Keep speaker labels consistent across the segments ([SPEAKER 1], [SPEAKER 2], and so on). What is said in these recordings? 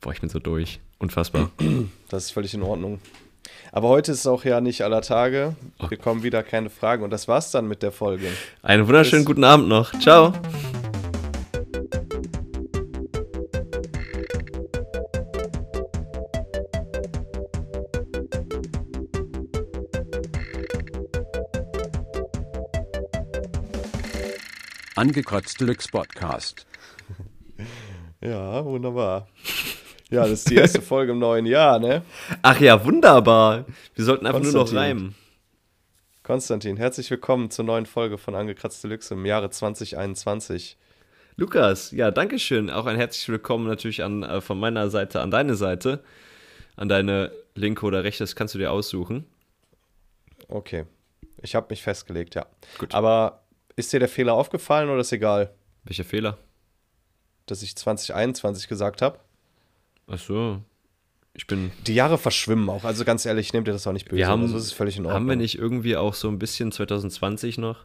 [SPEAKER 1] Boah, ich bin so durch. Unfassbar.
[SPEAKER 2] Das ist völlig in Ordnung. Aber heute ist auch ja nicht aller Tage.
[SPEAKER 1] Oh.
[SPEAKER 2] Wir kommen wieder keine Fragen. Und das war's dann mit der Folge.
[SPEAKER 1] Einen wunderschönen guten Abend noch. Ciao.
[SPEAKER 3] Angekotzt Lux Podcast.
[SPEAKER 2] Ja, wunderbar. Ja, das ist die erste Folge im neuen Jahr, ne?
[SPEAKER 1] Ach ja, wunderbar. Wir sollten einfach nur noch
[SPEAKER 2] Konstantin.
[SPEAKER 1] reimen.
[SPEAKER 2] Konstantin, herzlich willkommen zur neuen Folge von Angekratzt Deluxe im Jahre 2021.
[SPEAKER 1] Lukas, ja, Dankeschön. Auch ein herzliches Willkommen natürlich an, äh, von meiner Seite an deine Seite. An deine linke oder rechte, das kannst du dir aussuchen.
[SPEAKER 2] Okay. Ich habe mich festgelegt, ja.
[SPEAKER 1] Gut.
[SPEAKER 2] Aber ist dir der Fehler aufgefallen oder ist egal,
[SPEAKER 1] Welcher Fehler?
[SPEAKER 2] dass ich 2021 gesagt habe?
[SPEAKER 1] Ach so. Ich bin.
[SPEAKER 2] Die Jahre verschwimmen auch. Also ganz ehrlich, nehmt ihr das auch nicht böse.
[SPEAKER 1] Wir haben,
[SPEAKER 2] also, das ist völlig in Ordnung.
[SPEAKER 1] haben wir nicht irgendwie auch so ein bisschen 2020 noch?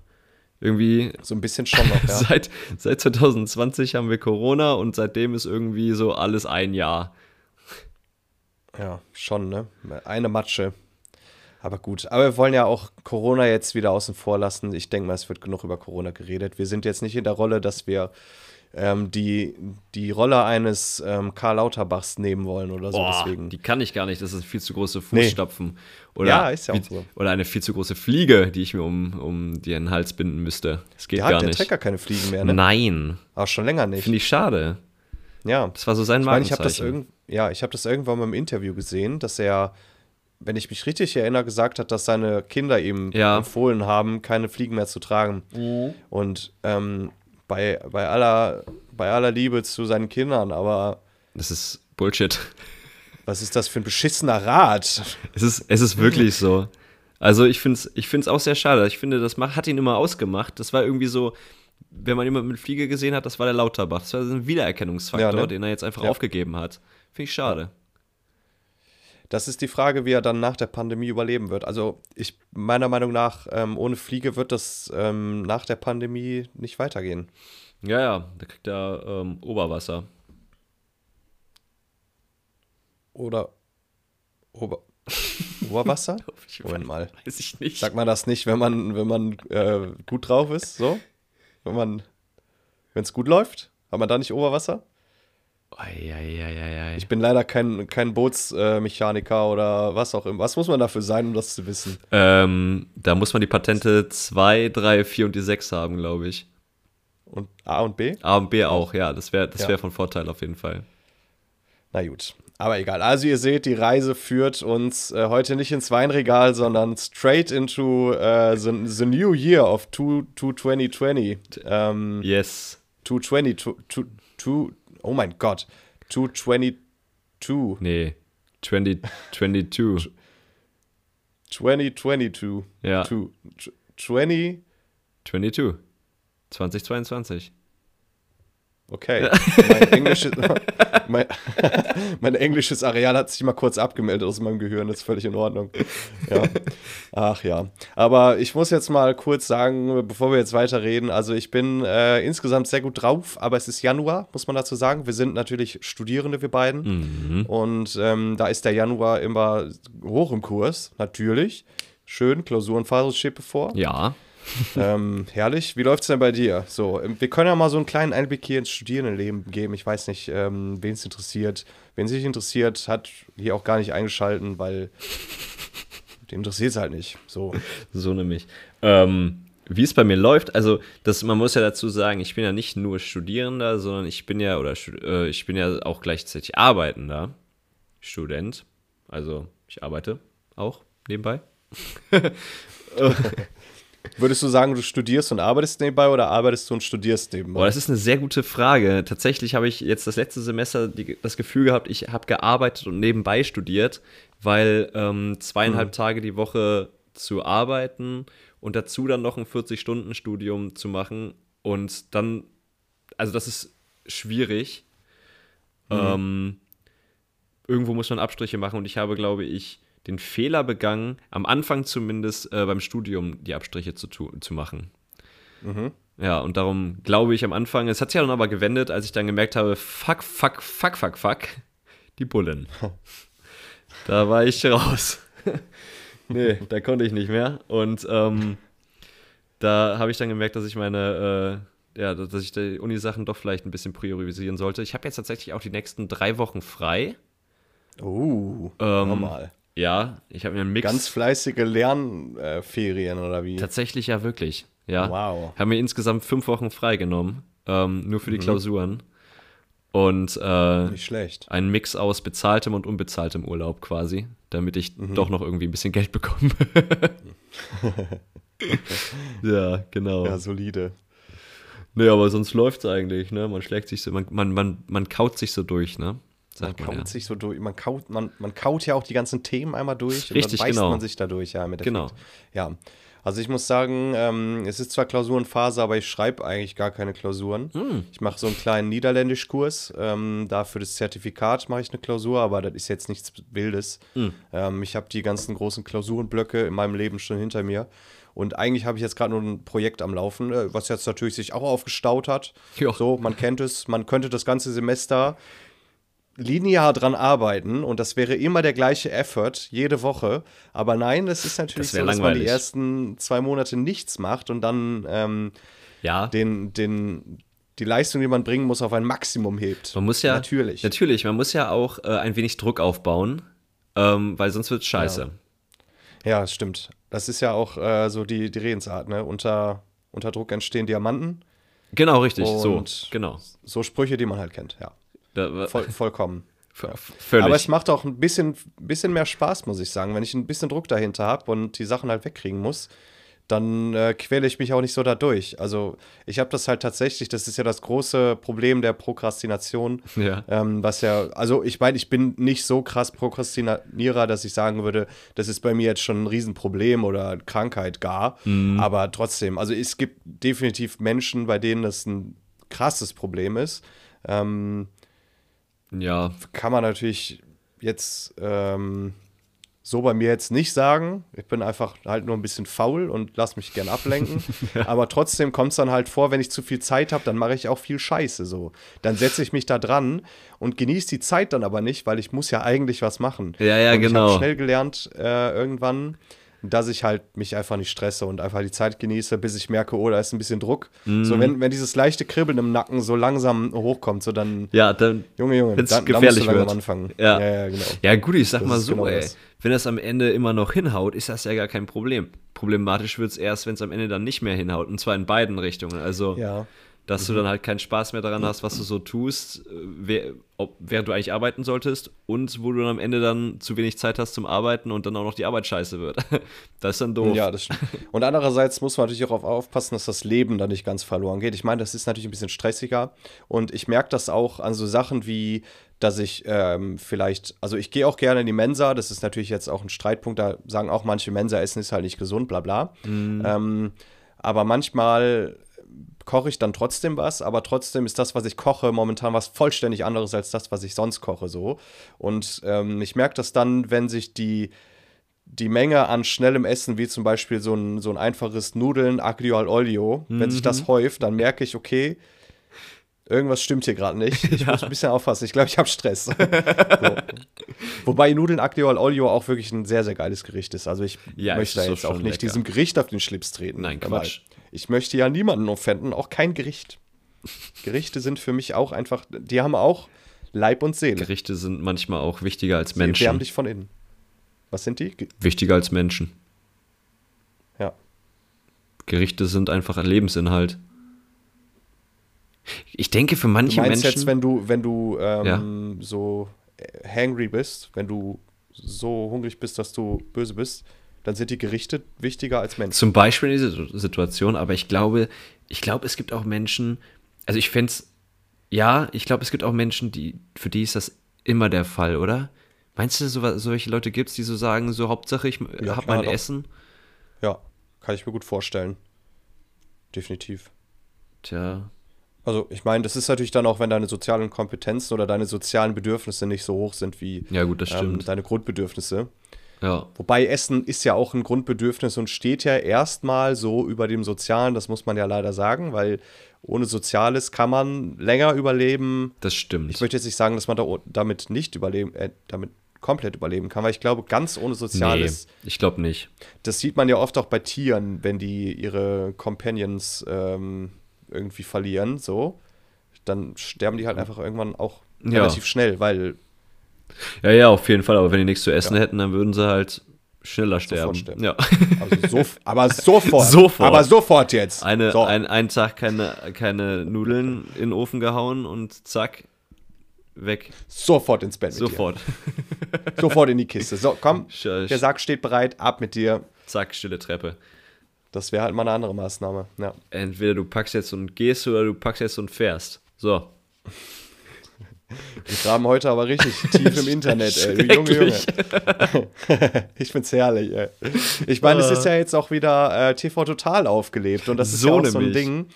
[SPEAKER 1] Irgendwie
[SPEAKER 2] So ein bisschen schon noch, ja.
[SPEAKER 1] seit, seit 2020 haben wir Corona und seitdem ist irgendwie so alles ein Jahr.
[SPEAKER 2] ja, schon, ne? Eine Matsche. Aber gut. Aber wir wollen ja auch Corona jetzt wieder außen vor lassen. Ich denke mal, es wird genug über Corona geredet. Wir sind jetzt nicht in der Rolle, dass wir ähm, die, die Rolle eines ähm, Karl Lauterbachs nehmen wollen oder so.
[SPEAKER 1] Boah,
[SPEAKER 2] deswegen.
[SPEAKER 1] die kann ich gar nicht. Das ist viel zu große
[SPEAKER 2] Nee.
[SPEAKER 1] Fußstapfen. Oder,
[SPEAKER 2] Ja, ist ja auch
[SPEAKER 1] wie-
[SPEAKER 2] so.
[SPEAKER 1] Oder eine viel zu große Fliege, die ich mir um, um den Hals binden müsste. Das geht
[SPEAKER 2] Der hat
[SPEAKER 1] gar
[SPEAKER 2] der
[SPEAKER 1] nicht.
[SPEAKER 2] Trecker keine Fliegen mehr, ne?
[SPEAKER 1] Nein.
[SPEAKER 2] Auch schon länger nicht.
[SPEAKER 1] Finde ich schade.
[SPEAKER 2] ja.
[SPEAKER 1] Das war so sein
[SPEAKER 2] Ich meine, ich habe das,
[SPEAKER 1] Markenzeichen.
[SPEAKER 2] irgend, ja, ich hab das irgendwann mal im Interview gesehen, dass er, wenn ich mich richtig erinnere, gesagt hat, dass seine Kinder ihm
[SPEAKER 1] Ja. Oh.
[SPEAKER 2] empfohlen haben, keine Fliegen mehr zu tragen. Und ähm, bei, bei, aller, bei aller Liebe zu seinen Kindern, aber
[SPEAKER 1] Das ist Bullshit.
[SPEAKER 2] was ist das für ein beschissener Rat?
[SPEAKER 1] Es ist, es ist wirklich so. Also ich finde es ich find's auch sehr schade. Ich finde, das macht, hat ihn immer ausgemacht. Das war irgendwie so, wenn man jemanden mit Fliege gesehen hat, das war der Lauterbach. Das war so ein Wiedererkennungsfaktor,
[SPEAKER 2] Ja, ne?
[SPEAKER 1] den er jetzt einfach
[SPEAKER 2] Ja.
[SPEAKER 1] aufgegeben hat. Finde ich schade.
[SPEAKER 2] Das ist die Frage, wie er dann nach der Pandemie überleben wird. Also ich meiner Meinung nach, ähm, ohne Fliege wird das ähm, nach der Pandemie nicht weitergehen.
[SPEAKER 1] Ja, ja, da kriegt er ähm, Oberwasser.
[SPEAKER 2] Oder Ober Oberwasser?
[SPEAKER 1] Ich
[SPEAKER 2] Moment mal.
[SPEAKER 1] Weiß ich nicht.
[SPEAKER 2] Sagt man das nicht, wenn man, wenn man äh, gut drauf ist? So? Wenn man, wenn es gut läuft? Hat man da nicht Oberwasser?
[SPEAKER 1] Eieieiei.
[SPEAKER 2] Ich bin leider kein, kein Bootsmechaniker äh, Mechaniker oder was auch immer. Was muss man dafür sein, um das zu wissen?
[SPEAKER 1] Ähm, da muss man die Patente 2, 3, 4 und die 6 haben, glaube ich.
[SPEAKER 2] Und A und B?
[SPEAKER 1] A und B auch, ja. Das wäre das
[SPEAKER 2] Ja.
[SPEAKER 1] wär von Vorteil auf jeden Fall.
[SPEAKER 2] Na gut. Aber egal. Also ihr seht, die Reise führt uns äh, heute nicht ins Weinregal, sondern straight into äh, the, the new year of two- two 2020. Ähm,
[SPEAKER 1] Mhm. Yes.
[SPEAKER 2] 220, two- two- two- oh mein Gott, 222,
[SPEAKER 1] Nee. 20, 22.
[SPEAKER 2] 2022,
[SPEAKER 1] Ja.
[SPEAKER 2] two- tw- 20,
[SPEAKER 1] 22. 2022.
[SPEAKER 2] okay. Mein englisches, mein, mein englisches Areal hat sich mal kurz abgemeldet aus meinem Gehirn, ist völlig in Ordnung. Ja. Ach ja, aber ich muss jetzt mal kurz sagen, bevor wir jetzt weiterreden, also ich bin äh, insgesamt sehr gut drauf, aber es ist Januar, muss man dazu sagen. Wir sind natürlich Studierende, wir beiden.
[SPEAKER 1] Mhm.
[SPEAKER 2] Und ähm, da ist der Januar immer hoch im Kurs, natürlich. Schön, Klausurenphase steht bevor.
[SPEAKER 1] Ja.
[SPEAKER 2] Ähm, herrlich. Wie läuft's denn bei dir? So, ähm, wir können ja mal so einen kleinen Einblick hier ins Studierendenleben geben. Ich weiß nicht, ähm, wen es interessiert. Wen sich interessiert, hat hier auch gar nicht eingeschalten, weil dem interessiert es halt nicht. So.
[SPEAKER 1] So nämlich. Ähm, wie es bei mir läuft, also das, man muss ja dazu sagen, ich bin ja nicht nur Studierender, sondern ich bin ja oder stu- äh, ich bin ja auch gleichzeitig arbeitender Student. Also ich arbeite auch nebenbei.
[SPEAKER 2] Würdest du sagen, du studierst und arbeitest nebenbei oder arbeitest du und studierst
[SPEAKER 1] Boah,
[SPEAKER 2] nebenbei?
[SPEAKER 1] das ist eine sehr gute Frage. Tatsächlich habe ich jetzt das letzte Semester die, das Gefühl gehabt, ich habe gearbeitet und nebenbei studiert, weil ähm, zweieinhalb Tage die Woche zu arbeiten und dazu dann noch ein 40-Stunden-Studium zu machen und dann, also das ist schwierig. Ähm, irgendwo muss man Abstriche machen und ich habe, glaube ich, den Fehler begangen, am Anfang zumindest äh, beim Studium die Abstriche zu, tu- zu machen. Ja, und darum glaube ich am Anfang, es hat sich ja dann aber gewendet, als ich dann gemerkt habe, fuck, fuck, fuck, fuck, fuck. die Bullen. da war ich raus. nee, da konnte ich nicht mehr. Und ähm, da habe ich dann gemerkt, dass ich meine, äh, ja, dass ich die Uni-Sachen doch vielleicht ein bisschen priorisieren sollte. Ich habe jetzt tatsächlich auch die nächsten drei Wochen frei.
[SPEAKER 2] Oh,
[SPEAKER 1] Ähm,
[SPEAKER 2] normal.
[SPEAKER 1] Ja, ich habe mir einen Mix.
[SPEAKER 2] Ganz fleißige Lernferien oder wie?
[SPEAKER 1] Tatsächlich ja wirklich. Ja.
[SPEAKER 2] Wow. Mhm.
[SPEAKER 1] Haben mir insgesamt fünf Wochen freigenommen, ähm, nur für die Klausuren. Und äh,
[SPEAKER 2] Nicht schlecht.
[SPEAKER 1] einen Mix aus bezahltem und unbezahltem Urlaub quasi, damit ich
[SPEAKER 2] Mhm.
[SPEAKER 1] doch noch irgendwie ein bisschen Geld bekomme. ja, genau.
[SPEAKER 2] Ja, solide.
[SPEAKER 1] Nee, aber sonst läuft's eigentlich, ne? Man schlägt sich so, man, man, man, man kaut sich so durch, ne?
[SPEAKER 2] Man
[SPEAKER 1] Sagt man,
[SPEAKER 2] kaut
[SPEAKER 1] ja.
[SPEAKER 2] sich so durch, man kaut, man, man kaut ja auch die ganzen Themen einmal durch und
[SPEAKER 1] Richtig,
[SPEAKER 2] dann beißt
[SPEAKER 1] genau.
[SPEAKER 2] man sich dadurch, ja, im Endeffekt.
[SPEAKER 1] Genau.
[SPEAKER 2] Ja. Also ich muss sagen, ähm, es ist zwar Klausurenphase, aber ich schreibe eigentlich gar keine Klausuren.
[SPEAKER 1] Hm.
[SPEAKER 2] Ich mache so einen kleinen Niederländischkurs. Ähm, da für das Zertifikat mache ich eine Klausur, aber das ist jetzt nichts Wildes.
[SPEAKER 1] Hm.
[SPEAKER 2] Ähm, ich habe die ganzen großen Klausurenblöcke in meinem Leben schon hinter mir. Und eigentlich habe ich jetzt gerade nur ein Projekt am Laufen, äh, was jetzt natürlich sich auch aufgestaut hat.
[SPEAKER 1] Ja.
[SPEAKER 2] So, man kennt es, man könnte das ganze Semester linear dran arbeiten und das wäre immer der gleiche Effort jede Woche. Aber nein, das ist natürlich
[SPEAKER 1] Das wär
[SPEAKER 2] so, dass man die
[SPEAKER 1] langweilig.
[SPEAKER 2] ersten zwei Monate nichts macht und dann ähm,
[SPEAKER 1] ja.
[SPEAKER 2] den, den, die Leistung, die man bringen muss, auf ein Maximum hebt.
[SPEAKER 1] Man muss ja
[SPEAKER 2] Natürlich.
[SPEAKER 1] natürlich, man muss ja auch äh, ein wenig Druck aufbauen, ähm, weil sonst wird's scheiße.
[SPEAKER 2] Ja, das stimmt. Das ist ja auch äh, so die, die Redensart, ne? Unter, unter Druck entstehen Diamanten.
[SPEAKER 1] Genau, richtig. so,
[SPEAKER 2] Und-
[SPEAKER 1] genau.
[SPEAKER 2] So Sprüche, die man halt kennt, ja.
[SPEAKER 1] Da,
[SPEAKER 2] Voll, vollkommen.
[SPEAKER 1] v- Völlig.
[SPEAKER 2] Aber es macht auch ein bisschen, bisschen mehr Spaß, muss ich sagen. Wenn ich ein bisschen Druck dahinter habe und die Sachen halt wegkriegen muss, dann äh, quäle ich mich auch nicht so dadurch. Also ich habe das halt tatsächlich, das ist ja das große Problem der Prokrastination.
[SPEAKER 1] Ja.
[SPEAKER 2] Ähm, was ja, also ich meine, ich bin nicht so krass Prokrastinierer, dass ich sagen würde, das ist bei mir jetzt schon ein Riesenproblem oder Krankheit gar. Aber trotzdem, also es gibt definitiv Menschen, bei denen das ein krasses Problem ist. Ähm,
[SPEAKER 1] ja,
[SPEAKER 2] kann man natürlich jetzt ähm, so bei mir jetzt nicht sagen. Ich bin einfach halt nur ein bisschen faul und lass mich gern ablenken. Aber trotzdem kommt es dann halt vor, wenn ich zu viel Zeit habe, dann mache ich auch viel Scheiße so. Dann setze ich mich da dran und genieße die Zeit dann aber nicht, weil ich muss ja eigentlich was machen.
[SPEAKER 1] Ja, ja,
[SPEAKER 2] und Ich
[SPEAKER 1] genau.
[SPEAKER 2] habe schnell gelernt äh, irgendwann, dass ich halt mich einfach nicht stresse und einfach die Zeit genieße, bis ich merke, oh, da ist ein bisschen Druck. So,
[SPEAKER 1] Mhm.
[SPEAKER 2] wenn, wenn dieses leichte Kribbeln im Nacken so langsam hochkommt, so dann
[SPEAKER 1] ja, dann.
[SPEAKER 2] Junge, Junge,
[SPEAKER 1] wenn's
[SPEAKER 2] da, da musst
[SPEAKER 1] gefährlich
[SPEAKER 2] du langsam
[SPEAKER 1] wird.
[SPEAKER 2] anfangen.
[SPEAKER 1] Ja.
[SPEAKER 2] ja, genau.
[SPEAKER 1] Ja, gut, ich sag
[SPEAKER 2] Das
[SPEAKER 1] mal
[SPEAKER 2] ist
[SPEAKER 1] so,
[SPEAKER 2] genau
[SPEAKER 1] ey.
[SPEAKER 2] das.
[SPEAKER 1] Wenn das am Ende immer noch hinhaut, ist das ja gar kein Problem. Problematisch wird's erst, wenn es am Ende dann nicht mehr hinhaut. Und zwar in beiden Richtungen. Also,
[SPEAKER 2] Ja. Mhm.
[SPEAKER 1] dass du dann halt keinen Spaß mehr daran hast, was du so tust, äh, wer, ob, während du eigentlich arbeiten solltest. Und wo du dann am Ende dann zu wenig Zeit hast zum Arbeiten und dann auch noch die Arbeit scheiße wird. das ist dann doof.
[SPEAKER 2] Ja, das stimmt. Und andererseits muss man natürlich auch auf- aufpassen, dass das Leben da nicht ganz verloren geht. Ich meine, das ist natürlich ein bisschen stressiger. Und ich merke das auch an so Sachen wie, dass ich ähm, vielleicht, also ich gehe auch gerne in die Mensa. Das ist natürlich jetzt auch ein Streitpunkt. Da sagen auch manche, Mensa-Essen ist halt nicht gesund, bla bla. Ähm, aber manchmal koche ich dann trotzdem was, aber trotzdem ist das, was ich koche, momentan was vollständig anderes als das, was ich sonst koche, so. Und ähm, ich merke das dann, wenn sich die, die Menge an schnellem Essen, wie zum Beispiel so ein, so ein einfaches Nudeln, Aglio al Olio, wenn sich
[SPEAKER 1] Mhm.
[SPEAKER 2] das häuft, dann merke ich, okay, irgendwas stimmt hier gerade nicht. Ich muss ein bisschen aufpassen. Ich glaube, ich habe Stress. so. Wobei Nudeln Aglio al Olio auch wirklich ein sehr, sehr geiles Gericht ist. Also ich
[SPEAKER 1] Ja,
[SPEAKER 2] möchte
[SPEAKER 1] es
[SPEAKER 2] da
[SPEAKER 1] ist
[SPEAKER 2] jetzt
[SPEAKER 1] doch
[SPEAKER 2] auch
[SPEAKER 1] schon
[SPEAKER 2] nicht
[SPEAKER 1] lecker.
[SPEAKER 2] diesem Gericht auf den Schlips treten.
[SPEAKER 1] Nein,
[SPEAKER 2] Aber
[SPEAKER 1] Quatsch.
[SPEAKER 2] Ich möchte ja niemanden offenden, auch kein Gericht. Gerichte sind für mich auch einfach, die haben auch Leib und Seele.
[SPEAKER 1] Gerichte sind manchmal auch wichtiger als
[SPEAKER 2] Die haben
[SPEAKER 1] Menschen.
[SPEAKER 2] dich von innen. Was sind die? Ge-
[SPEAKER 1] Wichtiger als Menschen.
[SPEAKER 2] Ja.
[SPEAKER 1] Gerichte sind einfach ein Lebensinhalt. Ich denke, für manche
[SPEAKER 2] Du meinst
[SPEAKER 1] Menschen.
[SPEAKER 2] jetzt, wenn du, wenn du ähm, so äh, hangry bist, wenn du so hungrig bist, dass du böse bist, dann sind die Gerichte wichtiger als Menschen.
[SPEAKER 1] Zum Beispiel in dieser Situation, aber ich glaube, ich glaube, es gibt auch Menschen, also ich fände es, ja, ich glaube, es gibt auch Menschen, die, für die ist das immer der Fall, oder? Meinst du, so, solche Leute gibt es, die so sagen, so Hauptsache ich
[SPEAKER 2] Ja,
[SPEAKER 1] habe
[SPEAKER 2] klar,
[SPEAKER 1] mein
[SPEAKER 2] doch.
[SPEAKER 1] Essen?
[SPEAKER 2] Ja, kann ich mir gut vorstellen. Definitiv.
[SPEAKER 1] Tja,
[SPEAKER 2] Also ich meine, das ist natürlich dann auch, wenn deine sozialen Kompetenzen oder deine sozialen Bedürfnisse nicht so hoch sind wie
[SPEAKER 1] Ja, gut, das stimmt.
[SPEAKER 2] deine Grundbedürfnisse.
[SPEAKER 1] Ja.
[SPEAKER 2] Wobei Essen ist ja auch ein Grundbedürfnis und steht ja erstmal so über dem Sozialen, das muss man ja leider sagen, weil ohne Soziales kann man länger überleben.
[SPEAKER 1] Das stimmt.
[SPEAKER 2] Ich möchte jetzt nicht sagen, dass man da, damit nicht überleben, äh, damit komplett überleben kann, weil ich glaube, ganz ohne Soziales,
[SPEAKER 1] nee, ich glaube nicht.
[SPEAKER 2] das sieht man ja oft auch bei Tieren, wenn die ihre Companions ähm, irgendwie verlieren, so, dann sterben die halt einfach irgendwann auch
[SPEAKER 1] Ja.
[SPEAKER 2] relativ schnell, weil
[SPEAKER 1] Ja, ja, auf jeden Fall. Aber wenn die nichts zu essen hätten, dann würden sie halt schneller sterben.
[SPEAKER 2] sterben.
[SPEAKER 1] Ja.
[SPEAKER 2] Also so, aber sofort.
[SPEAKER 1] Sofort.
[SPEAKER 2] Aber sofort jetzt.
[SPEAKER 1] Eine,
[SPEAKER 2] so.
[SPEAKER 1] ein, einen Tag keine, keine Nudeln in den Ofen gehauen und zack, weg.
[SPEAKER 2] sofort ins Bett.
[SPEAKER 1] Sofort.
[SPEAKER 2] Mit dir. Sofort in die Kiste. So, komm.
[SPEAKER 1] Sch-
[SPEAKER 2] Der Sack steht bereit. Ab mit dir.
[SPEAKER 1] zack, stille Treppe.
[SPEAKER 2] Das wäre halt mal eine andere Maßnahme. Ja.
[SPEAKER 1] Entweder du packst jetzt und gehst oder du packst jetzt und fährst. So.
[SPEAKER 2] Wir graben heute aber richtig tief im Internet, ey. Du Junge, Junge. Ich find's herrlich, ey. Ich meine, es ist ja jetzt auch wieder äh, TV Total aufgelebt und das ist
[SPEAKER 1] So
[SPEAKER 2] ja auch so ein
[SPEAKER 1] nämlich.
[SPEAKER 2] Ding,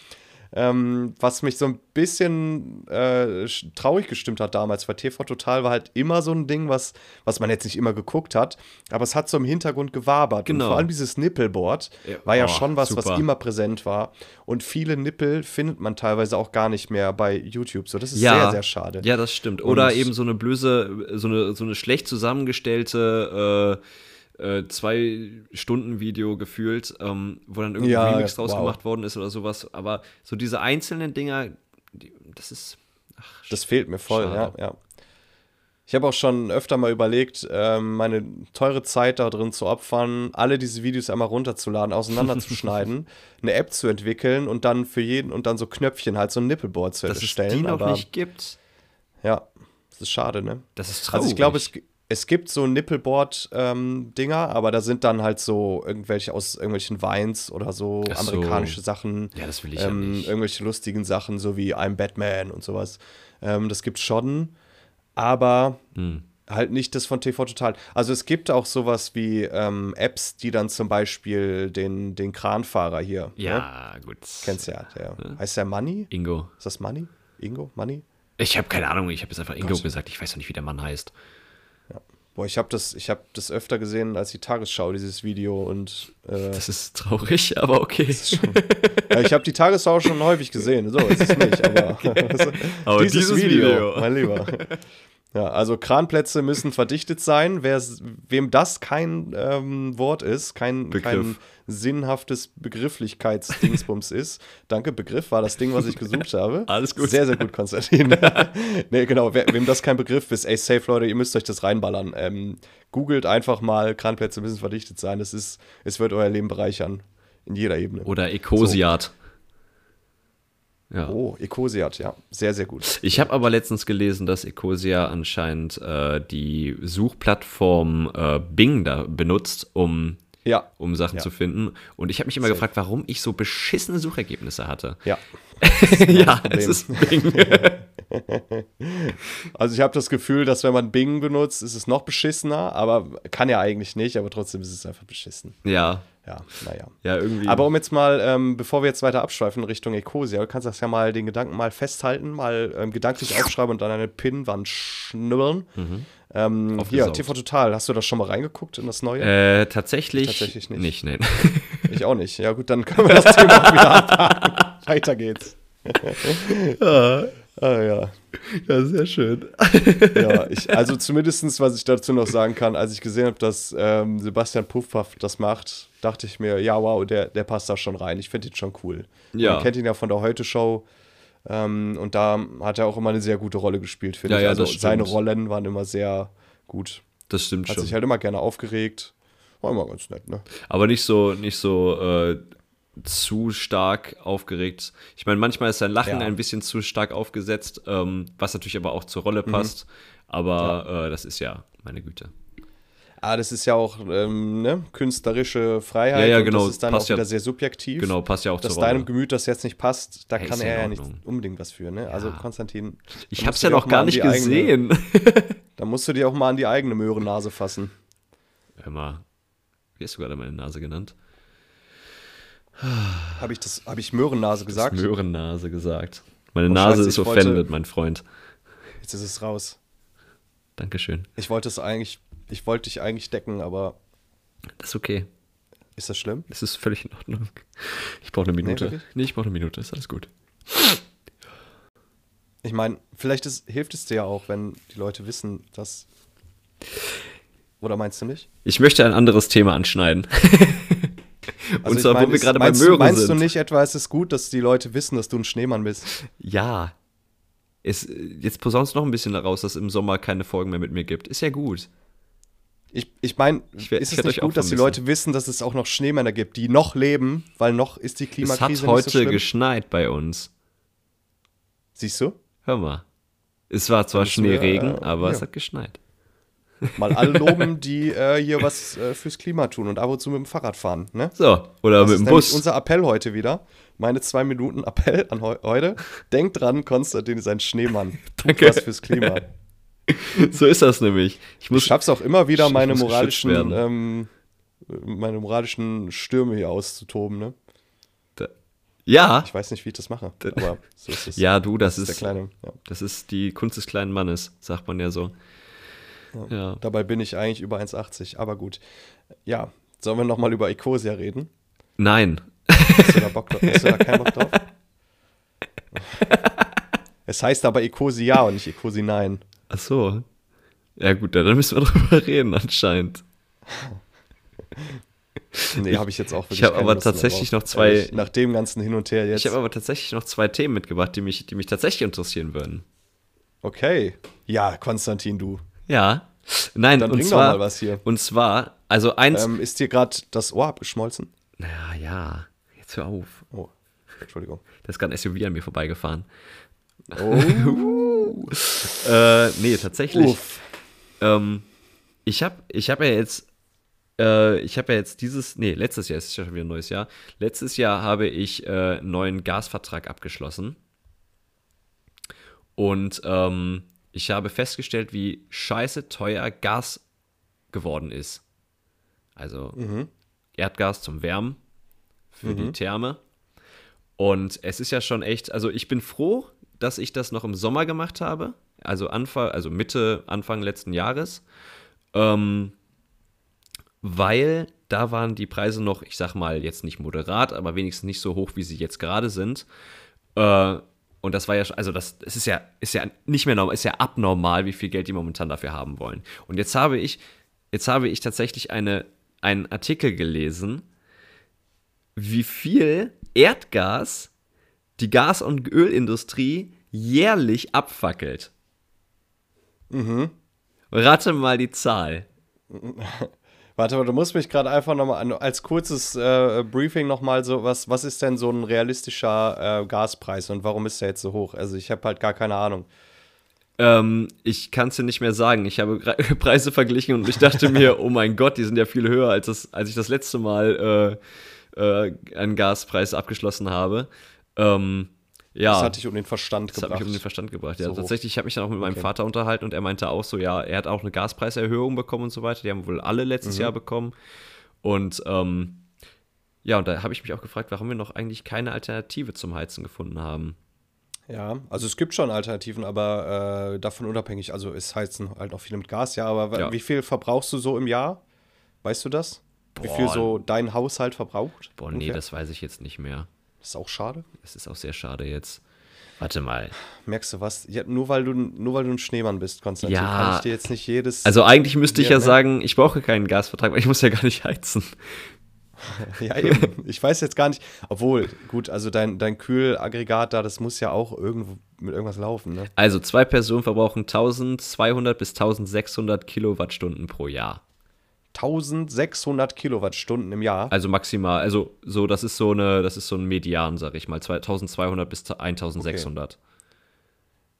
[SPEAKER 2] ähm, was mich so ein bisschen äh, sch- traurig gestimmt hat damals, weil TV Total war halt immer so ein Ding, was, was man jetzt nicht immer geguckt hat, aber es hat so im Hintergrund gewabert. Und
[SPEAKER 1] Genau.
[SPEAKER 2] vor allem dieses Nippelboard
[SPEAKER 1] Ja,
[SPEAKER 2] war ja
[SPEAKER 1] oh,
[SPEAKER 2] schon was, was
[SPEAKER 1] super.
[SPEAKER 2] immer präsent war. Und viele Nippel findet man teilweise auch gar nicht mehr bei YouTube. So, das ist sehr, sehr schade.
[SPEAKER 1] Ja, das stimmt. Oder
[SPEAKER 2] Und-
[SPEAKER 1] eben so eine blöse, so eine, so eine schlecht zusammengestellte äh, äh, Zwei-Stunden-Video gefühlt, ähm, wo dann irgendwie
[SPEAKER 2] Ja,
[SPEAKER 1] ein Remix draus
[SPEAKER 2] wow.
[SPEAKER 1] gemacht worden ist oder sowas. Aber so diese einzelnen Dinger, die, das ist. Ach,
[SPEAKER 2] Das fehlt mir voll, ja,
[SPEAKER 1] Schade.
[SPEAKER 2] ja. Ich habe auch schon öfter mal überlegt, ähm, meine teure Zeit da drin zu opfern, alle diese Videos einmal runterzuladen, auseinanderzuschneiden, eine App zu entwickeln und dann für jeden und dann so Knöpfchen halt so ein Nippelboard zu
[SPEAKER 1] dass es
[SPEAKER 2] erstellen.
[SPEAKER 1] die noch
[SPEAKER 2] aber
[SPEAKER 1] nicht gibt.
[SPEAKER 2] ja, das ist schade, ne?
[SPEAKER 1] Das ist traurig.
[SPEAKER 2] Also ich glaube, es, g- es gibt so Nippelboard-Dinger, aber da sind dann halt so irgendwelche aus irgendwelchen Weins oder so,
[SPEAKER 1] Ach so.
[SPEAKER 2] amerikanische Sachen. ähm,
[SPEAKER 1] Ja, das will ich ja nicht.
[SPEAKER 2] Irgendwelche lustigen Sachen, so wie I'm Batman und sowas. Ähm, das gibt's schon, aber
[SPEAKER 1] Hm.
[SPEAKER 2] halt nicht das von TV Total. Also es gibt auch sowas wie ähm, Apps, die dann zum Beispiel den, den Kranfahrer hier. Ne?
[SPEAKER 1] Ja, gut.
[SPEAKER 2] Kennst du ja. Der, Heißt der Money?
[SPEAKER 1] Ingo.
[SPEAKER 2] Ist das Money? Ingo? Money?
[SPEAKER 1] Ich habe keine Ahnung, ich habe jetzt einfach Ingo gesagt. Ich weiß noch nicht, wie der Mann heißt.
[SPEAKER 2] Boah, ich habe das, ich hab das öfter gesehen als die Tagesschau, dieses Video. Und äh,
[SPEAKER 1] Das ist traurig, aber okay.
[SPEAKER 2] ja, ich habe die Tagesschau schon häufig gesehen. So, ist es nicht. Aber,
[SPEAKER 1] Aber dieses Video.
[SPEAKER 2] mein Lieber. Ja, also Kranplätze müssen verdichtet sein. Wer, s- wem das kein ähm, Wort ist, kein, kein
[SPEAKER 1] Begriff.
[SPEAKER 2] sinnhaftes Begrifflichkeitsdingsbums ist. Danke, Begriff war das Ding, was ich gesucht habe.
[SPEAKER 1] Alles gut.
[SPEAKER 2] Sehr, sehr gut, Konstantin. nee, genau, wer, wem das kein Begriff ist, ey, safe, Leute, ihr müsst euch das reinballern. Ähm, googelt einfach mal, Kranplätze müssen verdichtet sein. Das ist, es wird euer Leben bereichern. In jeder Ebene.
[SPEAKER 1] Oder Ecosiat. Ja.
[SPEAKER 2] Oh, Ecosiat, ja. Sehr, sehr gut.
[SPEAKER 1] Ich habe aber letztens gelesen, dass Ecosia anscheinend äh, die Suchplattform äh, Bing da benutzt, um,
[SPEAKER 2] Ja.
[SPEAKER 1] um Sachen
[SPEAKER 2] Ja.
[SPEAKER 1] zu finden. Und ich habe mich immer gefragt, warum ich so beschissene Suchergebnisse hatte.
[SPEAKER 2] Ja.
[SPEAKER 1] ja, es ist Bing.
[SPEAKER 2] Also ich habe das Gefühl, dass wenn man Bing benutzt, ist es noch beschissener, aber kann ja eigentlich nicht, aber trotzdem ist es einfach beschissen.
[SPEAKER 1] ja,
[SPEAKER 2] Ja, naja.
[SPEAKER 1] ja, irgendwie.
[SPEAKER 2] Aber um jetzt mal, ähm, bevor wir jetzt weiter abschweifen Richtung Ecosia, du kannst das ja mal den Gedanken mal festhalten, mal ähm, gedanklich aufschreiben und an eine Pinnwand schnibbeln.
[SPEAKER 1] Mhm.
[SPEAKER 2] Ähm, hier,
[SPEAKER 1] Aufgesaugt.
[SPEAKER 2] TV Total, hast du das schon mal reingeguckt in das neue?
[SPEAKER 1] äh, tatsächlich,
[SPEAKER 2] Tatsächlich nicht.
[SPEAKER 1] nicht. nein.
[SPEAKER 2] Ich auch nicht. Ja, gut, dann können wir das Thema auch wieder abhaken. Weiter geht's. ah, ja.
[SPEAKER 1] ja, sehr schön.
[SPEAKER 2] ja, ich, also zumindestens, was ich dazu noch sagen kann, als ich gesehen habe, dass ähm, Sebastian Puffpaff das macht, dachte ich mir, ja, wow, der, der passt da schon rein. Ich finde ihn schon cool.
[SPEAKER 1] Ja.
[SPEAKER 2] Man kennt ihn ja von der Heute-Show. Ähm, und da hat er auch immer eine sehr gute Rolle gespielt, finde
[SPEAKER 1] Ja,
[SPEAKER 2] ich.
[SPEAKER 1] ja,
[SPEAKER 2] also
[SPEAKER 1] das stimmt.
[SPEAKER 2] seine Rollen waren immer sehr gut.
[SPEAKER 1] Das stimmt
[SPEAKER 2] Hat
[SPEAKER 1] schon.
[SPEAKER 2] sich halt immer gerne aufgeregt. War immer ganz nett, ne?
[SPEAKER 1] Aber nicht so, nicht so äh, zu stark aufgeregt. Ich meine, manchmal ist sein Lachen
[SPEAKER 2] Ja.
[SPEAKER 1] ein bisschen zu stark aufgesetzt, ähm, was natürlich aber auch zur Rolle
[SPEAKER 2] Mhm.
[SPEAKER 1] passt. Aber äh, das ist ja, meine Güte.
[SPEAKER 2] Ah, das ist ja auch ähm, ne? künstlerische Freiheit.
[SPEAKER 1] Ja, ja,
[SPEAKER 2] und
[SPEAKER 1] genau,
[SPEAKER 2] Das ist dann auch
[SPEAKER 1] passt ja-
[SPEAKER 2] wieder sehr subjektiv.
[SPEAKER 1] Genau, passt ja auch
[SPEAKER 2] Dass
[SPEAKER 1] zur Rolle.
[SPEAKER 2] deinem Gemüt das jetzt nicht passt, da
[SPEAKER 1] Hey,
[SPEAKER 2] kann
[SPEAKER 1] ist ja
[SPEAKER 2] er ja
[SPEAKER 1] in
[SPEAKER 2] nicht
[SPEAKER 1] Ordnung.
[SPEAKER 2] unbedingt was für. Ne? Also, Konstantin. da
[SPEAKER 1] ich
[SPEAKER 2] musst
[SPEAKER 1] hab's
[SPEAKER 2] du
[SPEAKER 1] ja
[SPEAKER 2] dir
[SPEAKER 1] noch
[SPEAKER 2] auch mal
[SPEAKER 1] gar
[SPEAKER 2] an die
[SPEAKER 1] nicht
[SPEAKER 2] eigene-
[SPEAKER 1] gesehen.
[SPEAKER 2] Da musst du dir auch mal an die eigene Möhrennase fassen.
[SPEAKER 1] Hör mal, wie hast du gerade meine Nase genannt?
[SPEAKER 2] Habe ich, das- hab ich Möhrennase gesagt?
[SPEAKER 1] Möhrennase gesagt. Meine
[SPEAKER 2] Oh,
[SPEAKER 1] Nase
[SPEAKER 2] Scheiße,
[SPEAKER 1] ist
[SPEAKER 2] ich wollte-
[SPEAKER 1] offended, mein Freund.
[SPEAKER 2] Jetzt ist es raus.
[SPEAKER 1] Dankeschön.
[SPEAKER 2] Ich wollte es eigentlich, ich wollte dich eigentlich decken, aber
[SPEAKER 1] Das ist okay.
[SPEAKER 2] ist das schlimm?
[SPEAKER 1] Es ist völlig in Ordnung. Ich brauche eine Minute. Nee,
[SPEAKER 2] wirklich?
[SPEAKER 1] ich brauche eine Minute. Ist alles gut.
[SPEAKER 2] Ich meine, vielleicht ist, hilft es dir ja auch, wenn die Leute wissen, dass. Oder meinst du nicht?
[SPEAKER 1] Ich möchte ein anderes Thema anschneiden. Und
[SPEAKER 2] Also ich
[SPEAKER 1] zwar,
[SPEAKER 2] meine,
[SPEAKER 1] wo wir
[SPEAKER 2] es-
[SPEAKER 1] gerade bei
[SPEAKER 2] meinst du-
[SPEAKER 1] Möhren
[SPEAKER 2] Meinst
[SPEAKER 1] sind.
[SPEAKER 2] du nicht etwa, es ist gut, dass die Leute wissen, dass du ein Schneemann bist?
[SPEAKER 1] Ja. Es, jetzt posaunst noch ein bisschen daraus, dass im Sommer keine Folgen mehr mit mir gibt. Ist ja gut.
[SPEAKER 2] Ich, ich meine,
[SPEAKER 1] Ich werd- ich
[SPEAKER 2] ist es
[SPEAKER 1] werd
[SPEAKER 2] nicht
[SPEAKER 1] euch auch
[SPEAKER 2] gut, dass die
[SPEAKER 1] vermissen.
[SPEAKER 2] Leute wissen, dass es auch noch Schneemänner gibt, die noch leben, weil noch ist die
[SPEAKER 1] Es hat
[SPEAKER 2] Klimakrise nicht so
[SPEAKER 1] heute
[SPEAKER 2] schlimm?
[SPEAKER 1] geschneit bei uns.
[SPEAKER 2] Siehst du?
[SPEAKER 1] Hör mal. Es war zwar
[SPEAKER 2] müssen wir,
[SPEAKER 1] Schneeregen,
[SPEAKER 2] äh,
[SPEAKER 1] aber es
[SPEAKER 2] ja.
[SPEAKER 1] hat geschneit.
[SPEAKER 2] Mal alle loben, die äh, hier was äh, fürs Klima tun und ab und zu mit dem Fahrrad fahren. Ne?
[SPEAKER 1] So, oder
[SPEAKER 2] Das
[SPEAKER 1] mit dem
[SPEAKER 2] ist nämlich
[SPEAKER 1] Bus.
[SPEAKER 2] unser Appell heute wieder. Meine zwei Minuten Appell an heu heute. Denkt dran, Konstantin ist ein Schneemann. Tut
[SPEAKER 1] Danke.
[SPEAKER 2] was fürs Klima.
[SPEAKER 1] So ist das nämlich. Ich
[SPEAKER 2] Ich
[SPEAKER 1] muss,
[SPEAKER 2] schaff's auch immer wieder,
[SPEAKER 1] Ich
[SPEAKER 2] meine
[SPEAKER 1] muss
[SPEAKER 2] moralischen,
[SPEAKER 1] geschützt
[SPEAKER 2] ähm, meine moralischen Stürme hier auszutoben. Ne?
[SPEAKER 1] ja,
[SPEAKER 2] Ich weiß nicht, wie ich das mache, aber so ist es.
[SPEAKER 1] ja, du, das
[SPEAKER 2] der
[SPEAKER 1] ist,
[SPEAKER 2] kleine. Ja.
[SPEAKER 1] das ist die Kunst des kleinen Mannes, sagt man ja so. Ja.
[SPEAKER 2] Dabei bin ich eigentlich über 1,80, aber gut. Ja, sollen wir nochmal über Ecosia reden?
[SPEAKER 1] Nein.
[SPEAKER 2] Hast du da Bock drauf? Hast du da keinen Bock drauf? Es heißt aber Ecosia und nicht Ecosi nein.
[SPEAKER 1] Ach so. Ja gut, dann müssen wir drüber reden anscheinend.
[SPEAKER 2] Nee, habe ich jetzt auch wirklich
[SPEAKER 1] ich hab
[SPEAKER 2] keine
[SPEAKER 1] aber
[SPEAKER 2] Lust mehr
[SPEAKER 1] tatsächlich
[SPEAKER 2] drauf.
[SPEAKER 1] noch zwei-
[SPEAKER 2] Ehrlich, nach dem ganzen Hin und Her jetzt.
[SPEAKER 1] Ich habe aber tatsächlich noch zwei Themen mitgebracht, die mich, die mich tatsächlich interessieren würden.
[SPEAKER 2] okay. Ja, Konstantin, du.
[SPEAKER 1] Ja. Nein,
[SPEAKER 2] Dann
[SPEAKER 1] und
[SPEAKER 2] bring doch
[SPEAKER 1] zwar,
[SPEAKER 2] mal was hier.
[SPEAKER 1] Und zwar, also eins.
[SPEAKER 2] Ähm, ist dir gerade das Ohr abgeschmolzen?
[SPEAKER 1] Naja, ja. Jetzt hör auf.
[SPEAKER 2] Oh, Entschuldigung.
[SPEAKER 1] Da ist gerade ein SUV an mir vorbeigefahren. Uh.
[SPEAKER 2] Oh,
[SPEAKER 1] Äh, nee, tatsächlich.
[SPEAKER 2] uff.
[SPEAKER 1] Ähm, ich habe ich hab ja jetzt. Äh, ich habe ja jetzt dieses. Nee, letztes Jahr, es ist ja schon wieder ein neues Jahr. Letztes Jahr habe ich äh, einen neuen Gasvertrag abgeschlossen. Und ähm, ich habe festgestellt, wie scheiße teuer Gas geworden ist. Also
[SPEAKER 2] Mhm.
[SPEAKER 1] Erdgas zum Wärmen für die Therme. Und es ist ja schon echt, also ich bin froh, dass ich das noch im Sommer gemacht habe. Also Anfang, also Mitte, Anfang letzten Jahres. Ähm, weil da waren die Preise noch, ich sag mal, jetzt nicht moderat, aber wenigstens nicht so hoch, wie sie jetzt gerade sind. Äh, und das war ja, sch- also das, es ist ja, ist ja nicht mehr normal, ist ja abnormal, wie viel Geld die momentan dafür haben wollen. Und jetzt habe ich, jetzt habe ich tatsächlich eine, einen Artikel gelesen, wie viel Erdgas die Gas- und Ölindustrie jährlich abfackelt.
[SPEAKER 2] Mhm.
[SPEAKER 1] Rate mal die Zahl.
[SPEAKER 2] Warte, aber du musst mich gerade einfach nochmal als kurzes äh, Briefing nochmal so, was, was ist denn so ein realistischer äh, Gaspreis und warum ist der jetzt so hoch? Also ich habe halt gar keine Ahnung.
[SPEAKER 1] Ähm, ich kann es dir nicht mehr sagen. Ich habe Gra- Preise verglichen und ich dachte mir, oh mein Gott, die sind ja viel höher, als, das, als ich das letzte Mal äh, äh, einen Gaspreis abgeschlossen habe. Ähm, ja.
[SPEAKER 2] Das hat dich um den Verstand
[SPEAKER 1] Das hat
[SPEAKER 2] gebracht.
[SPEAKER 1] mich um den Verstand gebracht. Ja,
[SPEAKER 2] So hoch.
[SPEAKER 1] tatsächlich, ich habe mich dann auch mit meinem Vater unterhalten und er meinte auch so, ja, er hat auch eine Gaspreiserhöhung bekommen und so weiter. Die haben wohl alle
[SPEAKER 2] Mhm.
[SPEAKER 1] letztes Jahr bekommen. Und ähm, ja, und da habe ich mich auch gefragt, warum wir noch eigentlich keine Alternative zum Heizen gefunden haben.
[SPEAKER 2] ja, also es gibt schon Alternativen, aber äh, davon unabhängig. Also es heizen halt auch viele mit Gas, ja, aber wa-
[SPEAKER 1] Ja.
[SPEAKER 2] wie viel verbrauchst du so im Jahr? Weißt du das? Wie viel
[SPEAKER 1] Boah.
[SPEAKER 2] so dein Haushalt verbraucht?
[SPEAKER 1] Boah, nee,
[SPEAKER 2] Ungefähr?
[SPEAKER 1] das weiß ich jetzt nicht mehr.
[SPEAKER 2] ist auch schade.
[SPEAKER 1] Das ist auch sehr schade jetzt. Warte mal.
[SPEAKER 2] Merkst du was? Ja, nur, weil du, nur weil du ein Schneemann bist, Konstantin,
[SPEAKER 1] Ja.
[SPEAKER 2] kann ich dir jetzt nicht jedes.
[SPEAKER 1] Also eigentlich müsste ich
[SPEAKER 2] Ja,
[SPEAKER 1] ja
[SPEAKER 2] ne?
[SPEAKER 1] sagen, ich brauche keinen Gasvertrag, weil ich muss ja gar nicht heizen.
[SPEAKER 2] Ja, eben. Ich weiß jetzt gar nicht. Obwohl, gut, also dein, dein Kühlaggregat da, das muss ja auch irgendwo mit irgendwas laufen, ne?
[SPEAKER 1] Also zwei Personen verbrauchen 1200 bis 1600 Kilowattstunden pro Jahr.
[SPEAKER 2] 1600 Kilowattstunden im Jahr.
[SPEAKER 1] Also maximal, also so, das ist so eine, das ist so ein Median, sag ich mal, 2200 bis 1600.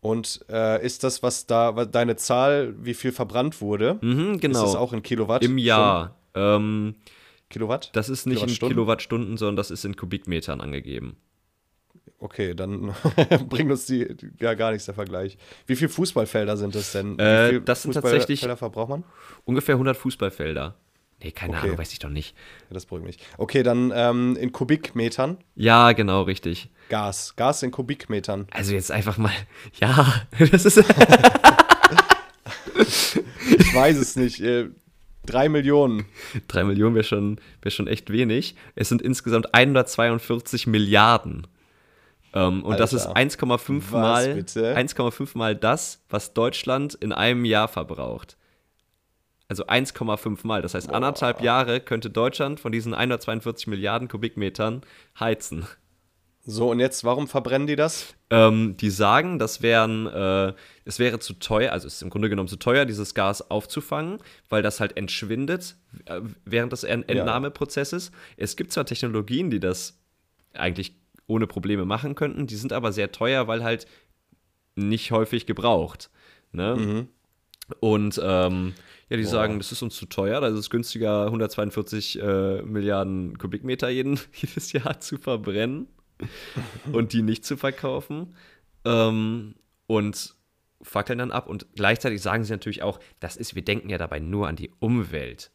[SPEAKER 2] Und äh, ist das, was da, was deine Zahl, wie viel verbrannt wurde,
[SPEAKER 1] Mhm, genau.
[SPEAKER 2] ist das auch in Kilowatt?
[SPEAKER 1] Im Jahr. Ähm,
[SPEAKER 2] Schon? Kilowatt?
[SPEAKER 1] das ist nicht in
[SPEAKER 2] Kilowattstunden?
[SPEAKER 1] Kilowattstunden, sondern das ist in Kubikmetern angegeben.
[SPEAKER 2] Okay, dann bringt uns die, die- ja gar nichts der Vergleich. Wie viele Fußballfelder sind das denn?
[SPEAKER 1] Äh,
[SPEAKER 2] wie viel
[SPEAKER 1] das sind
[SPEAKER 2] Fußballfelder
[SPEAKER 1] tatsächlich-
[SPEAKER 2] verbraucht man?
[SPEAKER 1] Ungefähr 100 Fußballfelder. Nee, keine
[SPEAKER 2] Okay.
[SPEAKER 1] Ahnung, weiß ich doch nicht.
[SPEAKER 2] Ja, das beruhigt mich. Okay, dann ähm, in Kubikmetern.
[SPEAKER 1] Ja, genau, richtig.
[SPEAKER 2] Gas. Gas in Kubikmetern.
[SPEAKER 1] Also jetzt einfach mal, ja, das ist,
[SPEAKER 2] Ich weiß es nicht. Äh, drei Millionen.
[SPEAKER 1] Drei Millionen wäre schon, wär schon echt wenig. Es sind insgesamt 142 Milliarden. Ähm, und das ist
[SPEAKER 2] Alter.
[SPEAKER 1] 1,5
[SPEAKER 2] Was
[SPEAKER 1] mal,
[SPEAKER 2] bitte?
[SPEAKER 1] 1,5 mal das, was Deutschland in einem Jahr verbraucht. Also 1,5 mal. Das heißt, anderthalb Jahre könnte Deutschland von diesen 142 Milliarden Kubikmetern heizen.
[SPEAKER 2] So, und jetzt, warum verbrennen die das?
[SPEAKER 1] Ähm, die sagen, das wären, äh, es wäre zu teuer, also es ist im Grunde genommen zu teuer, dieses Gas aufzufangen, weil das halt entschwindet äh, während des Ent-
[SPEAKER 2] Ja.
[SPEAKER 1] Entnahmeprozesses. Es gibt zwar Technologien, die das eigentlich ohne Probleme machen könnten, die sind aber sehr teuer, weil halt nicht häufig gebraucht. Ne? Und ähm, ja, die sagen, das ist uns zu teuer, das ist günstiger, 142 äh, Milliarden Kubikmeter jeden, jedes Jahr zu verbrennen und die nicht zu verkaufen. Ähm, und fackeln dann ab. Und gleichzeitig sagen sie natürlich auch, das ist, wir denken ja dabei nur an die Umwelt.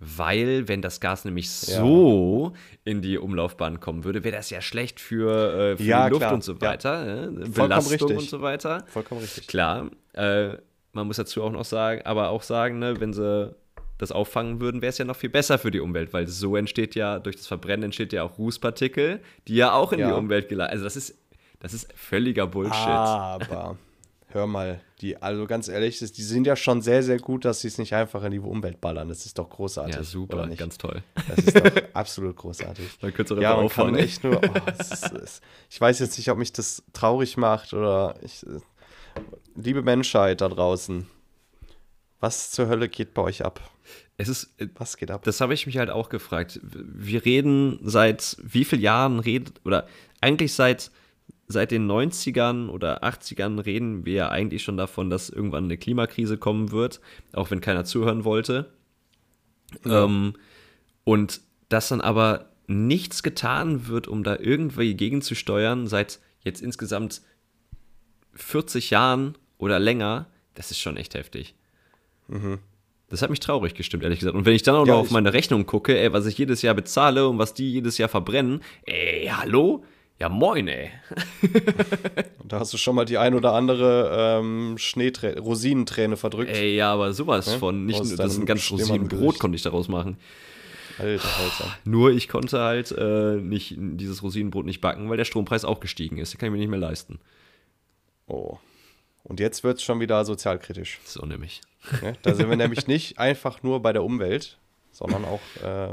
[SPEAKER 1] Weil, wenn das Gas nämlich so in die Umlaufbahn kommen würde, wäre das ja schlecht für, äh, für
[SPEAKER 2] Ja,
[SPEAKER 1] die Luft
[SPEAKER 2] klar.
[SPEAKER 1] und so
[SPEAKER 2] Ja.
[SPEAKER 1] weiter, ne? Belastung
[SPEAKER 2] richtig.
[SPEAKER 1] und so weiter.
[SPEAKER 2] Vollkommen richtig.
[SPEAKER 1] Klar, äh, man muss dazu auch noch sagen, aber auch sagen, ne, wenn sie das auffangen würden, wäre es ja noch viel besser für die Umwelt, weil so entsteht ja, durch das Verbrennen entsteht ja auch Rußpartikel, die ja auch in
[SPEAKER 2] Ja.
[SPEAKER 1] die Umwelt gelangen. Also das ist, das ist völliger Bullshit.
[SPEAKER 2] Ah. Aber hör mal, die, also ganz ehrlich, das- die sind ja schon sehr, sehr gut, dass sie es nicht einfach in die Umwelt ballern. Das ist doch großartig.
[SPEAKER 1] ja,
[SPEAKER 2] oder
[SPEAKER 1] super,
[SPEAKER 2] nicht?
[SPEAKER 1] ganz toll.
[SPEAKER 2] Das ist doch absolut großartig.
[SPEAKER 1] Dann könntest du
[SPEAKER 2] ja,
[SPEAKER 1] einfach
[SPEAKER 2] man kann
[SPEAKER 1] auffangen.
[SPEAKER 2] echt nur. Oh, es ist, es, ich weiß jetzt nicht, ob mich das traurig macht oder. Ich, äh, liebe Menschheit da draußen, was zur Hölle geht bei euch ab?
[SPEAKER 1] Es ist, äh,
[SPEAKER 2] Was geht ab?
[SPEAKER 1] das habe ich mich halt auch gefragt. Wir reden seit wie vielen Jahren redet, oder eigentlich seit, seit den 90ern oder 80ern reden wir ja eigentlich schon davon, dass irgendwann eine Klimakrise kommen wird, auch wenn keiner zuhören wollte. Ähm, und dass dann aber nichts getan wird, um da irgendwie gegenzusteuern, seit jetzt insgesamt 40 Jahren oder länger, das ist schon echt heftig. Das hat mich traurig gestimmt, ehrlich gesagt. Und wenn ich dann auch
[SPEAKER 2] Mhm. Ja,
[SPEAKER 1] noch auf
[SPEAKER 2] ich-
[SPEAKER 1] meine Rechnung gucke, ey, was ich jedes Jahr bezahle und was die jedes Jahr verbrennen, ey, hallo? Ja, moin, ey.
[SPEAKER 2] Da hast du schon mal die ein oder andere ähm, Schneeträ Rosinenträne verdrückt.
[SPEAKER 1] Ey, ja, aber sowas von. Nicht
[SPEAKER 2] Aus
[SPEAKER 1] nur, das ist
[SPEAKER 2] deinem
[SPEAKER 1] ein ganzes Rosinenbrot,
[SPEAKER 2] Schlimmern-Gericht.
[SPEAKER 1] konnte ich daraus machen.
[SPEAKER 2] Alter, Alter.
[SPEAKER 1] Nur ich konnte halt äh, nicht, dieses Rosinenbrot nicht backen, weil der Strompreis auch gestiegen ist. Den kann ich mir nicht mehr leisten.
[SPEAKER 2] Oh. Und jetzt wird es schon wieder sozialkritisch.
[SPEAKER 1] So nämlich.
[SPEAKER 2] Ne? Da sind wir nämlich nicht einfach nur bei der Umwelt, sondern auch äh,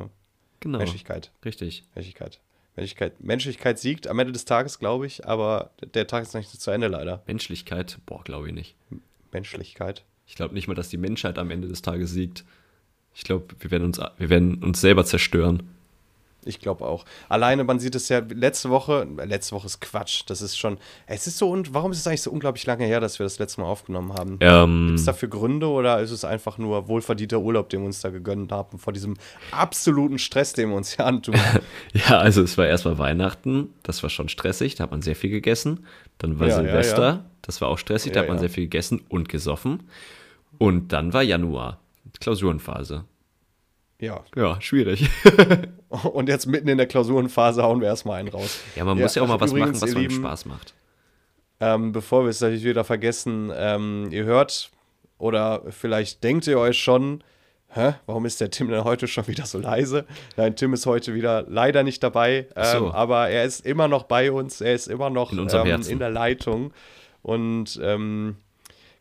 [SPEAKER 1] Genau.
[SPEAKER 2] Menschlichkeit.
[SPEAKER 1] Richtig.
[SPEAKER 2] Menschlichkeit. Menschlichkeit. Menschlichkeit siegt am Ende des Tages, glaube ich, aber der Tag ist noch nicht zu Ende leider.
[SPEAKER 1] Menschlichkeit, boah, glaube ich nicht.
[SPEAKER 2] Menschlichkeit.
[SPEAKER 1] Ich glaube nicht mal, dass die Menschheit am Ende des Tages siegt. Ich glaube, wir werden uns, wir werden uns selber zerstören.
[SPEAKER 2] Ich glaube auch. Alleine, man sieht es ja letzte Woche, äh, letzte Woche ist Quatsch. Das ist schon, es ist so, und warum ist es eigentlich so unglaublich lange her, dass wir das letzte Mal aufgenommen haben?
[SPEAKER 1] Ähm,
[SPEAKER 2] Gibt es dafür Gründe oder ist es einfach nur wohlverdienter Urlaub, den wir uns da gegönnt haben, vor diesem absoluten Stress, den wir uns hier antun?
[SPEAKER 1] ja, also es war erstmal Weihnachten, das war schon stressig, da hat man sehr viel gegessen. Dann war
[SPEAKER 2] Ja, ja,
[SPEAKER 1] Silvester,
[SPEAKER 2] ja.
[SPEAKER 1] das war auch stressig,
[SPEAKER 2] Ja,
[SPEAKER 1] da hat man
[SPEAKER 2] ja.
[SPEAKER 1] sehr viel gegessen und gesoffen. Und dann war Januar, Klausurenphase.
[SPEAKER 2] ja.
[SPEAKER 1] Ja, schwierig.
[SPEAKER 2] Und jetzt mitten in der Klausurenphase hauen wir erstmal einen raus.
[SPEAKER 1] Ja, man muss ja auch
[SPEAKER 2] ach,
[SPEAKER 1] mal was
[SPEAKER 2] übrigens,
[SPEAKER 1] machen, was
[SPEAKER 2] ihr
[SPEAKER 1] man
[SPEAKER 2] Lieben,
[SPEAKER 1] Spaß macht.
[SPEAKER 2] Ähm, bevor wir es natürlich wieder vergessen, ähm, ihr hört oder vielleicht denkt ihr euch schon, hä, warum ist der Tim denn heute schon wieder so leise? Nein, Tim ist heute wieder leider nicht dabei,
[SPEAKER 1] Ach so.
[SPEAKER 2] ähm, aber er ist immer noch bei uns, er ist immer noch
[SPEAKER 1] In unserem
[SPEAKER 2] ähm,
[SPEAKER 1] Herzen.
[SPEAKER 2] in der Leitung und ähm,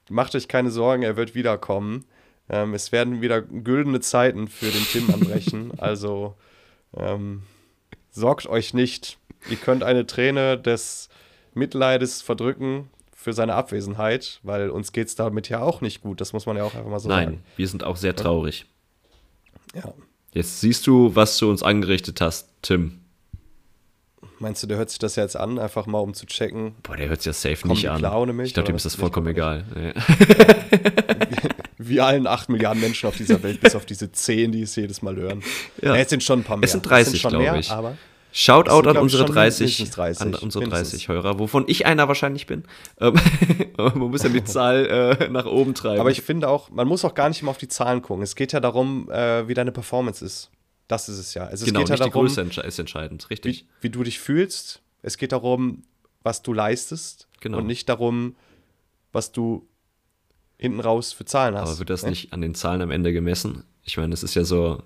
[SPEAKER 2] macht euch keine Sorgen, er wird wiederkommen. Ähm, es werden wieder güldene Zeiten für den Tim anbrechen, also ähm, sorgt euch nicht. Ihr könnt eine Träne des Mitleides verdrücken für seine Abwesenheit, weil uns geht es damit ja auch nicht gut. Das muss man ja auch einfach mal so
[SPEAKER 1] Nein, wir sind auch sehr traurig.
[SPEAKER 2] sagen.
[SPEAKER 1] Jetzt siehst du, was du uns angerichtet hast, Tim.
[SPEAKER 2] Ja. Meinst du, der hört sich das ja jetzt an, einfach mal um zu checken?
[SPEAKER 1] Boah, der hört sich ja safe
[SPEAKER 2] Kommt
[SPEAKER 1] nicht
[SPEAKER 2] die
[SPEAKER 1] an.
[SPEAKER 2] Clowne mich,
[SPEAKER 1] ich glaube, dem
[SPEAKER 2] oder
[SPEAKER 1] ist
[SPEAKER 2] was
[SPEAKER 1] das vollkommen egal. Ja.
[SPEAKER 2] Wie allen 8 Milliarden Menschen auf dieser Welt, bis auf diese 10, die es jedes Mal hören.
[SPEAKER 1] Ja.
[SPEAKER 2] Ja. es sind schon ein paar mehr.
[SPEAKER 1] Es sind
[SPEAKER 2] sind
[SPEAKER 1] 30,
[SPEAKER 2] schon
[SPEAKER 1] glaube
[SPEAKER 2] mehr,
[SPEAKER 1] ich.
[SPEAKER 2] aber
[SPEAKER 1] Shoutout
[SPEAKER 2] Das sind,
[SPEAKER 1] an
[SPEAKER 2] glaub ich,
[SPEAKER 1] unsere
[SPEAKER 2] schon
[SPEAKER 1] 30,
[SPEAKER 2] mindestens 30,
[SPEAKER 1] an unsere
[SPEAKER 2] mindestens.
[SPEAKER 1] 30 Hörer, wovon ich einer wahrscheinlich bin. Ähm, Man muss ja die Zahl äh, nach oben treiben.
[SPEAKER 2] Aber ich finde auch, man muss auch gar nicht immer auf die Zahlen gucken. Es geht ja darum, äh, wie deine Performance ist. Das ist es ja. Also, es
[SPEAKER 1] genau,
[SPEAKER 2] geht ja
[SPEAKER 1] nicht die
[SPEAKER 2] darum,
[SPEAKER 1] Größe entsche- ist entscheidend, richtig.
[SPEAKER 2] wie, wie du dich fühlst. Es geht darum, was du leistest
[SPEAKER 1] Genau.
[SPEAKER 2] und nicht darum, was du hinten raus für Zahlen hast.
[SPEAKER 1] Aber wird das nicht an den Zahlen am Ende gemessen? Ich meine, das ist ja so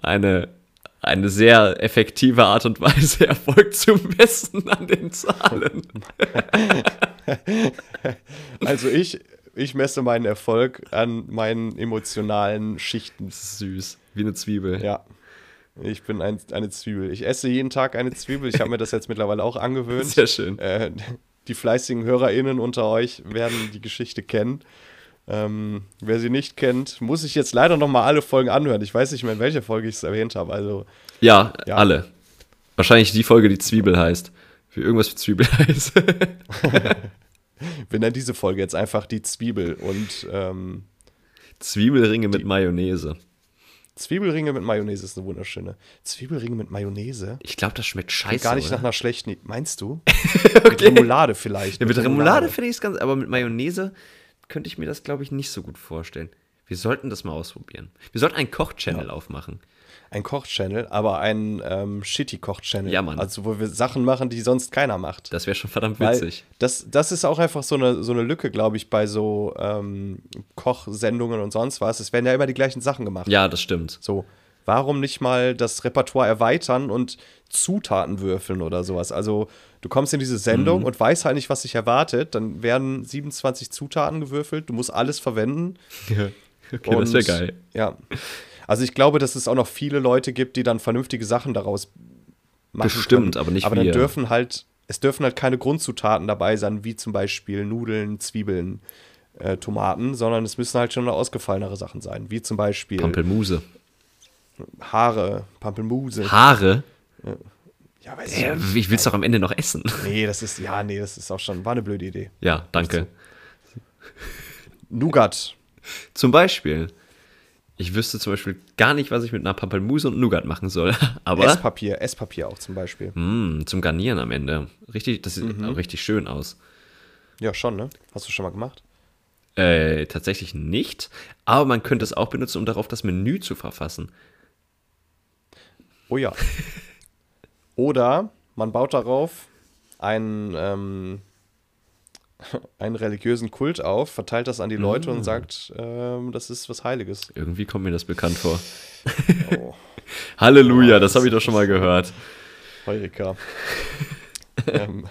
[SPEAKER 1] eine, eine sehr effektive Art und Weise, Erfolg zu messen an den Zahlen.
[SPEAKER 2] Also ich, ich messe meinen Erfolg an meinen emotionalen Schichten.
[SPEAKER 1] Das ist süß, wie eine Zwiebel.
[SPEAKER 2] Ja. Ich bin ein, eine Zwiebel. Ich esse jeden Tag eine Zwiebel. Ich habe mir das jetzt mittlerweile auch angewöhnt.
[SPEAKER 1] Sehr schön.
[SPEAKER 2] Äh, die fleißigen HörerInnen unter euch werden die Geschichte kennen. Ähm, wer sie nicht kennt, muss ich jetzt leider nochmal alle Folgen anhören. Ich weiß nicht mehr, in welcher Folge ich es erwähnt habe. Also,
[SPEAKER 1] Ja,
[SPEAKER 2] Ja.
[SPEAKER 1] alle. Wahrscheinlich die Folge, die Zwiebel heißt. Wie irgendwas für Zwiebel heißt.
[SPEAKER 2] wir nennen diese Folge jetzt einfach die Zwiebel und ähm,
[SPEAKER 1] Zwiebelringe mit Mayonnaise.
[SPEAKER 2] Zwiebelringe mit Mayonnaise ist eine wunderschöne. Zwiebelringe mit Mayonnaise?
[SPEAKER 1] Ich glaube, das schmeckt scheiße.
[SPEAKER 2] Klingt gar nicht
[SPEAKER 1] oder?
[SPEAKER 2] nach einer schlechten. Meinst du? Mit Remoulade vielleicht.
[SPEAKER 1] Ja, mit Remoulade finde ich es ganz, aber mit Mayonnaise könnte ich mir das, glaube ich, nicht so gut vorstellen. Wir sollten das mal ausprobieren. Wir sollten einen Koch-Channel aufmachen.
[SPEAKER 2] Ein Koch-Channel, aber ein ähm, shitty Koch-Channel.
[SPEAKER 1] Ja, Mann.
[SPEAKER 2] Also, wo wir Sachen machen, die sonst keiner macht.
[SPEAKER 1] Das wäre schon verdammt
[SPEAKER 2] Weil
[SPEAKER 1] witzig.
[SPEAKER 2] Das, das ist auch einfach so eine, so eine Lücke, glaube ich, bei so ähm, Kochsendungen und sonst was. Es werden ja immer die gleichen Sachen gemacht.
[SPEAKER 1] ja, das stimmt.
[SPEAKER 2] So, warum nicht mal das Repertoire erweitern und Zutaten würfeln oder sowas? Also, du kommst in diese Sendung
[SPEAKER 1] Mhm.
[SPEAKER 2] und weißt halt nicht, was dich erwartet. Dann werden 27 Zutaten gewürfelt. Du musst alles verwenden.
[SPEAKER 1] Okay, das wäre
[SPEAKER 2] Und,
[SPEAKER 1] geil.
[SPEAKER 2] Ja. Also ich glaube, dass es auch noch viele Leute gibt, die dann vernünftige Sachen daraus machen.
[SPEAKER 1] Bestimmt,
[SPEAKER 2] können.
[SPEAKER 1] aber nicht
[SPEAKER 2] Aber dann
[SPEAKER 1] wir.
[SPEAKER 2] dürfen halt, es dürfen halt keine Grundzutaten dabei sein, wie zum Beispiel Nudeln, Zwiebeln, äh, Tomaten, sondern es müssen halt schon noch ausgefallenere Sachen sein, wie zum Beispiel
[SPEAKER 1] Pampelmuse.
[SPEAKER 2] Haare, Pampelmuse.
[SPEAKER 1] Haare?
[SPEAKER 2] ja, weiß ich
[SPEAKER 1] Äh,
[SPEAKER 2] nicht.
[SPEAKER 1] Ich will es doch am Ende noch essen.
[SPEAKER 2] Nee, das ist, ja, nee, das ist auch schon, war eine blöde Idee.
[SPEAKER 1] Ja, danke.
[SPEAKER 2] Nougat.
[SPEAKER 1] Zum Beispiel, ich wüsste zum Beispiel gar nicht, was ich mit einer Pampelmuse und Nougat machen soll. Aber
[SPEAKER 2] Esspapier, Esspapier auch zum Beispiel.
[SPEAKER 1] mh, zum Garnieren am Ende. Richtig, das
[SPEAKER 2] Mhm.
[SPEAKER 1] sieht auch richtig schön aus.
[SPEAKER 2] Ja, schon, ne? Hast du schon mal gemacht?
[SPEAKER 1] Äh, tatsächlich nicht. Aber man könnte es auch benutzen, um darauf das Menü zu verfassen.
[SPEAKER 2] Oh ja. Oder man baut darauf einen, ähm, einen religiösen Kult auf, verteilt das an die Leute
[SPEAKER 1] Hm.
[SPEAKER 2] und sagt, ähm, das ist was Heiliges.
[SPEAKER 1] Irgendwie kommt mir das bekannt vor.
[SPEAKER 2] Oh,
[SPEAKER 1] Halleluja,
[SPEAKER 2] Ja,
[SPEAKER 1] das
[SPEAKER 2] das-
[SPEAKER 1] habe ich doch schon mal gehört.
[SPEAKER 2] Heureka. ähm,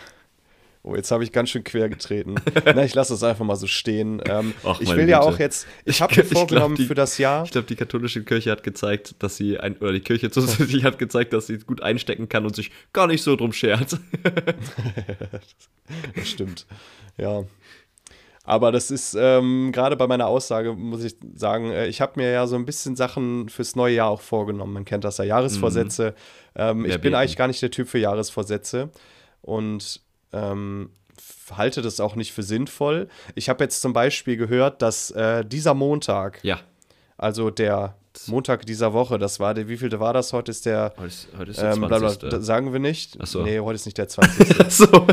[SPEAKER 2] oh, jetzt habe ich ganz schön quer getreten. Na, ich lasse es einfach mal so stehen. Ähm,
[SPEAKER 1] Ach,
[SPEAKER 2] ich will
[SPEAKER 1] meine
[SPEAKER 2] ja
[SPEAKER 1] Güte.
[SPEAKER 2] auch jetzt, ich
[SPEAKER 1] Ich
[SPEAKER 2] habe
[SPEAKER 1] glaub,
[SPEAKER 2] mir
[SPEAKER 1] ich glaub,
[SPEAKER 2] vorgenommen
[SPEAKER 1] die-
[SPEAKER 2] für das Jahr.
[SPEAKER 1] Ich glaube, die katholische Kirche hat gezeigt, dass sie ein, oder die Kirche zusätzlich hat gezeigt, dass sie gut einstecken kann und sich gar nicht so drum schert.
[SPEAKER 2] Das stimmt. Ja. Aber das ist ähm, gerade bei meiner Aussage, muss ich sagen, äh, ich habe mir ja so ein bisschen Sachen fürs neue Jahr auch vorgenommen. Man kennt das ja, Jahresvorsätze. Ähm,
[SPEAKER 1] Mhm.
[SPEAKER 2] ich
[SPEAKER 1] Wer
[SPEAKER 2] bin
[SPEAKER 1] beten.
[SPEAKER 2] eigentlich gar nicht der Typ für Jahresvorsätze und ähm, f- halte das auch nicht für sinnvoll. Ich habe jetzt zum Beispiel gehört, dass äh, dieser Montag,
[SPEAKER 1] Ja.
[SPEAKER 2] also der Montag dieser Woche, das war der, wievielte war das? Heute ist der,
[SPEAKER 1] Heute ist, heute ist der
[SPEAKER 2] ähm, bla, bla,
[SPEAKER 1] 20.
[SPEAKER 2] da- sagen wir nicht.
[SPEAKER 1] Ach so.
[SPEAKER 2] Nee, heute ist nicht der 20.
[SPEAKER 1] Ach so.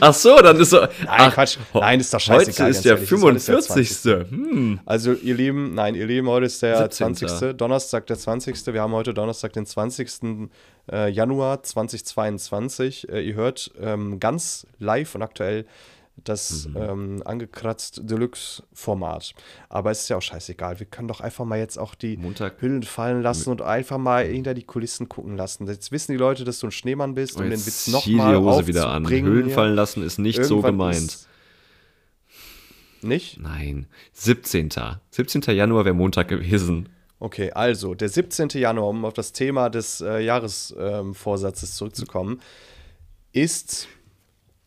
[SPEAKER 1] Ach so, dann ist so. Nein,
[SPEAKER 2] Quatsch. Nein, ist doch
[SPEAKER 1] Heute
[SPEAKER 2] scheißegal,
[SPEAKER 1] ist
[SPEAKER 2] ganz
[SPEAKER 1] der
[SPEAKER 2] ehrlich. Das war das der
[SPEAKER 1] 45. Hm.
[SPEAKER 2] Also, ihr Lieben, nein, ihr Lieben, heute ist der
[SPEAKER 1] 17..
[SPEAKER 2] 20. Donnerstag, der 20. Wir haben heute Donnerstag, den 20. äh, Januar 2022. Äh, Ihr hört ähm, ganz live und aktuell das
[SPEAKER 1] Mhm.
[SPEAKER 2] ähm, angekratzt Deluxe-Format. Aber es ist ja auch scheißegal. Wir können doch einfach mal jetzt auch die
[SPEAKER 1] Montag.
[SPEAKER 2] Hüllen fallen lassen und einfach mal hinter die Kulissen gucken lassen. Jetzt wissen die Leute, dass du ein Schneemann bist, um den Witz
[SPEAKER 1] Oh, zieh die
[SPEAKER 2] nochmal
[SPEAKER 1] Hose wieder an.
[SPEAKER 2] aufzubringen.
[SPEAKER 1] Höhlen
[SPEAKER 2] hier.
[SPEAKER 1] fallen lassen ist nicht so
[SPEAKER 2] Irgendwann
[SPEAKER 1] gemeint.
[SPEAKER 2] ist- Nicht?
[SPEAKER 1] Nein. 17. 17. Januar wäre Montag gewesen.
[SPEAKER 2] Okay, also der 17. Januar, um auf das Thema des äh, Jahresvorsatzes ähm, Vorsatzes zurückzukommen, ist